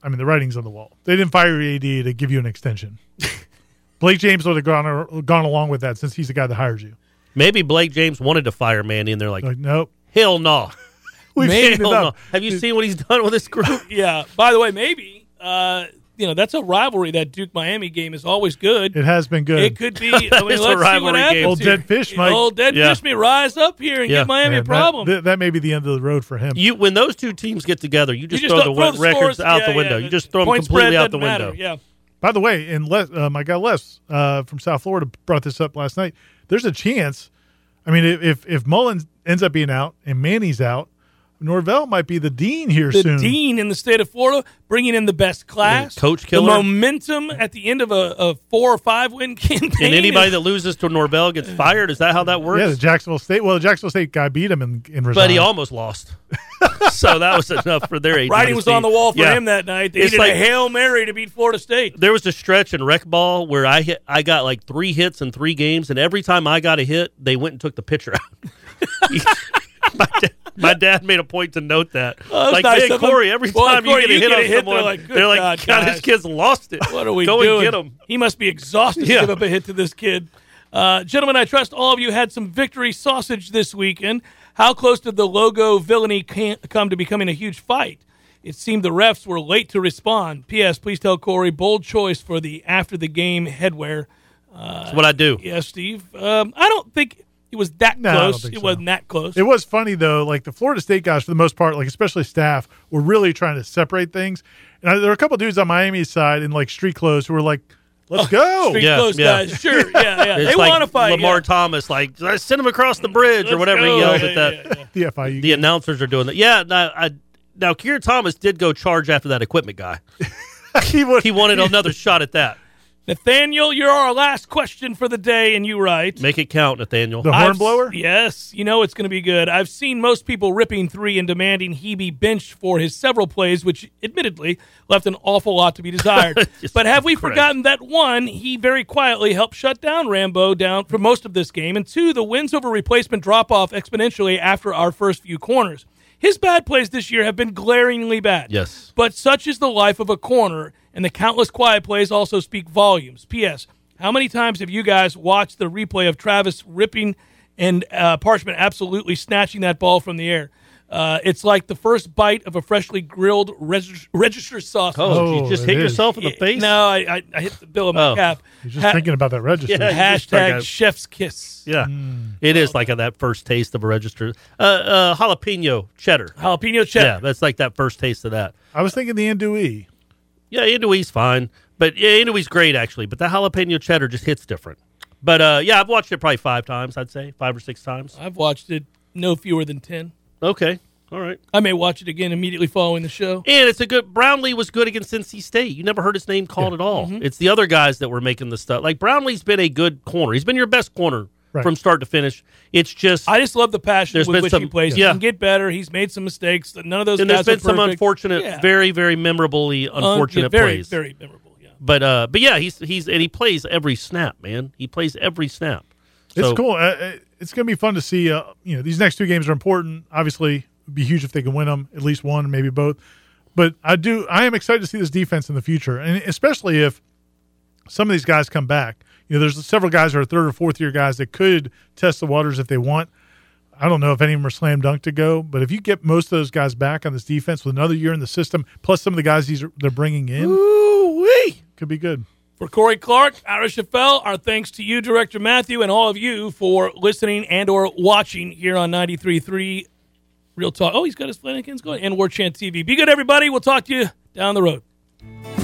Speaker 4: I mean, the writing's on the wall. They didn't fire your AD to give you an extension. Blake James would have gone gone along with that since he's the guy that hired you.
Speaker 5: Maybe Blake James wanted to fire Manny, and they're like,
Speaker 4: Like, nope.
Speaker 5: hell no.
Speaker 7: We've
Speaker 2: Maybe-
Speaker 7: seen
Speaker 2: hold
Speaker 7: enough.
Speaker 2: on. Have you seen what he's done
Speaker 5: Oh,
Speaker 2: with this group?
Speaker 3: yeah. By the way, maybe uh, you know that's a rivalry. That Duke Miami game is always good.
Speaker 4: It has been good.
Speaker 3: It could be. I mean,
Speaker 2: It's
Speaker 3: let's
Speaker 2: a
Speaker 3: see what
Speaker 2: rivalry game.
Speaker 3: happens
Speaker 4: Old
Speaker 3: here.
Speaker 4: dead fish, Mike.
Speaker 3: Old dead
Speaker 2: Yeah.
Speaker 3: fish may rise up here and
Speaker 2: Yeah.
Speaker 3: give Miami
Speaker 4: Man,
Speaker 3: a problem.
Speaker 4: That, th- that may be the end of the road for him.
Speaker 2: You when those two teams get together, you just,
Speaker 3: just
Speaker 2: throw,
Speaker 3: don't-
Speaker 2: the,
Speaker 3: throw
Speaker 2: win-
Speaker 3: the
Speaker 2: records
Speaker 3: scores-
Speaker 2: out
Speaker 3: yeah,
Speaker 2: the
Speaker 3: yeah,
Speaker 2: window.
Speaker 3: the
Speaker 2: you just throw them
Speaker 3: Point
Speaker 2: completely
Speaker 3: spread
Speaker 2: out the
Speaker 3: doesn't matter.
Speaker 2: window.
Speaker 3: Yeah.
Speaker 4: By the way, and Les, uh, my guy Les uh, from South Florida brought this up last night. There's a chance. I mean, if- if if Mullen ends up being out and Manny's out, Norvell might be the dean here
Speaker 3: the
Speaker 4: soon.
Speaker 3: dean in the state of Florida, bringing in the best class,
Speaker 2: Yeah, coach
Speaker 3: the
Speaker 2: killer.
Speaker 3: momentum at the end of a, a four or five win campaign.
Speaker 2: And anybody
Speaker 3: is-
Speaker 2: that loses to Norvell gets fired. Is that how that works?
Speaker 4: Yeah, the Jacksonville State. Well, the Jacksonville State guy beat him in in
Speaker 2: but he
Speaker 4: Resigned.
Speaker 2: almost lost, so that was enough for their AD
Speaker 3: writing was on the wall for
Speaker 2: Yeah.
Speaker 3: him that night. They
Speaker 2: It's
Speaker 3: needed
Speaker 2: like-
Speaker 3: a hail mary to beat Florida State.
Speaker 2: There was a stretch in rec ball where I hit, I got like three hits in three games, and every time I got a hit, they went and took the pitcher out. my, dad, my dad made a point to note that.
Speaker 3: Oh, that's
Speaker 2: like
Speaker 3: nice
Speaker 2: man,
Speaker 3: of him.
Speaker 2: Corey, every
Speaker 3: Well,
Speaker 2: time
Speaker 3: Corey,
Speaker 2: you
Speaker 3: you
Speaker 2: get a hit
Speaker 3: get a
Speaker 2: on
Speaker 3: hit, they're
Speaker 2: someone,
Speaker 3: like, "Good
Speaker 2: they're like,
Speaker 3: God,
Speaker 2: God,
Speaker 3: guys."
Speaker 2: this kid's lost it.
Speaker 3: What are we
Speaker 2: Go
Speaker 3: doing?
Speaker 2: and get him.
Speaker 3: He must be exhausted
Speaker 2: Yeah.
Speaker 3: to give up a hit to this kid. Uh, gentlemen, I trust all of you had some victory sausage this weekend. How close did the logo villainy can- come to becoming a huge fight? It seemed the refs were late to respond. P.S. Please tell Corey bold choice for the after the game headwear.
Speaker 2: That's what I do.
Speaker 3: Yeah, Steve. Um, I don't think it was that
Speaker 4: No, I don't
Speaker 3: close.
Speaker 4: think
Speaker 3: It
Speaker 4: so.
Speaker 3: wasn't that close.
Speaker 4: It was funny though. Like the Florida State guys, for the most part, like especially staff, were really trying to separate things. And I, there were a couple dudes on Miami's side in like street clothes who were like, "Let's go."
Speaker 3: Street
Speaker 2: Yeah,
Speaker 3: close
Speaker 2: yeah.
Speaker 3: guys. Sure. Yeah, yeah.
Speaker 2: It's
Speaker 3: they
Speaker 2: like
Speaker 3: want to fight.
Speaker 2: Lamar
Speaker 3: yeah.
Speaker 2: Thomas, like send him across the bridge or
Speaker 3: Let's
Speaker 2: whatever
Speaker 3: go.
Speaker 2: he yells
Speaker 3: Yeah,
Speaker 2: at that.
Speaker 3: yeah,
Speaker 4: The FIU.
Speaker 2: The announcers are doing that. Yeah, now, I, now Kieran Thomas did go charge after that equipment guy.
Speaker 4: he would.
Speaker 2: He wanted another shot at that.
Speaker 3: Nathaniel, you're our last question for the day, and you right.
Speaker 2: Make it count, Nathaniel.
Speaker 4: The
Speaker 3: I've-
Speaker 4: hornblower?
Speaker 3: Yes, you know it's going to be good. I've seen most people ripping three and demanding he be benched for his several plays, which admittedly left an awful lot to be desired.
Speaker 2: Yes,
Speaker 3: but have we
Speaker 2: correct.
Speaker 3: forgotten that one, he very quietly helped shut down Rambo down for most of this game, and two, the wins over replacement drop off exponentially after our first few corners. His bad plays this year have been glaringly bad.
Speaker 2: Yes.
Speaker 3: But such is the life of a corner, and the countless quiet plays also speak volumes. P.S. How many times have you guys watched the replay of Travis ripping and uh, Parchment absolutely snatching that ball from the air? Uh, it's like the first bite of a freshly grilled reg- register sausage.
Speaker 2: Oh,
Speaker 4: Oh,
Speaker 2: you just
Speaker 4: it
Speaker 2: hit
Speaker 4: is.
Speaker 2: yourself in the face?
Speaker 3: No, I, I, I hit the bill of my
Speaker 2: Oh.
Speaker 3: cap.
Speaker 4: You're just
Speaker 3: Ha-
Speaker 4: thinking about that register.
Speaker 2: Yeah. just
Speaker 3: hashtag
Speaker 2: like a-
Speaker 3: chef's kiss.
Speaker 2: Yeah.
Speaker 4: Mm.
Speaker 2: It is like that first taste of a register. Uh, uh, jalapeno cheddar.
Speaker 3: Jalapeno
Speaker 2: Yeah,
Speaker 3: cheddar.
Speaker 2: that's like that first taste of that.
Speaker 4: I was thinking the Andouille.
Speaker 2: Yeah, Inouye's fine, but yeah, Inouye's great actually. But that jalapeno cheddar just hits different. But uh, yeah, I've watched it probably five times. I'd say five or six times.
Speaker 3: I've watched it no fewer than 10.
Speaker 2: Okay, all right.
Speaker 3: I may watch it again immediately following the show.
Speaker 2: And it's a good Brownlee was good against NC State. You never heard his name called at all. It's the other guys that were making the stuff. Like Brownlee's been a good corner. He's been your best corner
Speaker 4: Right.
Speaker 2: from start to finish. It's just
Speaker 3: I just love the passion
Speaker 2: There's
Speaker 3: with
Speaker 2: been
Speaker 3: which he
Speaker 2: some-
Speaker 3: plays. He
Speaker 2: yeah.
Speaker 3: can get better. He's made some mistakes. None of those
Speaker 2: and
Speaker 3: guys
Speaker 2: there's been
Speaker 3: are
Speaker 2: some
Speaker 3: perfect.
Speaker 2: unfortunate,
Speaker 3: Yeah.
Speaker 2: very very memorably
Speaker 3: Un-
Speaker 2: unfortunate
Speaker 3: yeah, very,
Speaker 2: plays.
Speaker 3: Very memorable. Yeah.
Speaker 2: But uh, but yeah, he's he's and he plays every snap, man. He plays every snap.
Speaker 4: It's
Speaker 2: So-
Speaker 4: cool. Uh, Uh, it's going to be fun to see. Uh, you know, these next two games are important. Obviously, it'd be huge if they can win them, at least one, maybe both. But I do. I am excited to see this defense in the future, and especially if some of these guys come back. You know, there's several guys that are third or fourth year guys that could test the waters if they want. I don't know if any of them are slam dunk to go, but if you get most of those guys back on this defense with another year in the system, plus some of the guys these are, they're bringing in,
Speaker 3: Ooh-wee.
Speaker 4: could be good.
Speaker 3: For Corey Clark, Irish Chaffel, our thanks to you, Director Matthew, and all of you for listening and or watching here on 93.3 Real Talk. Oh, he's got his Flanagan's going. And War Chant TV. Be good, everybody. We'll talk to you down the road.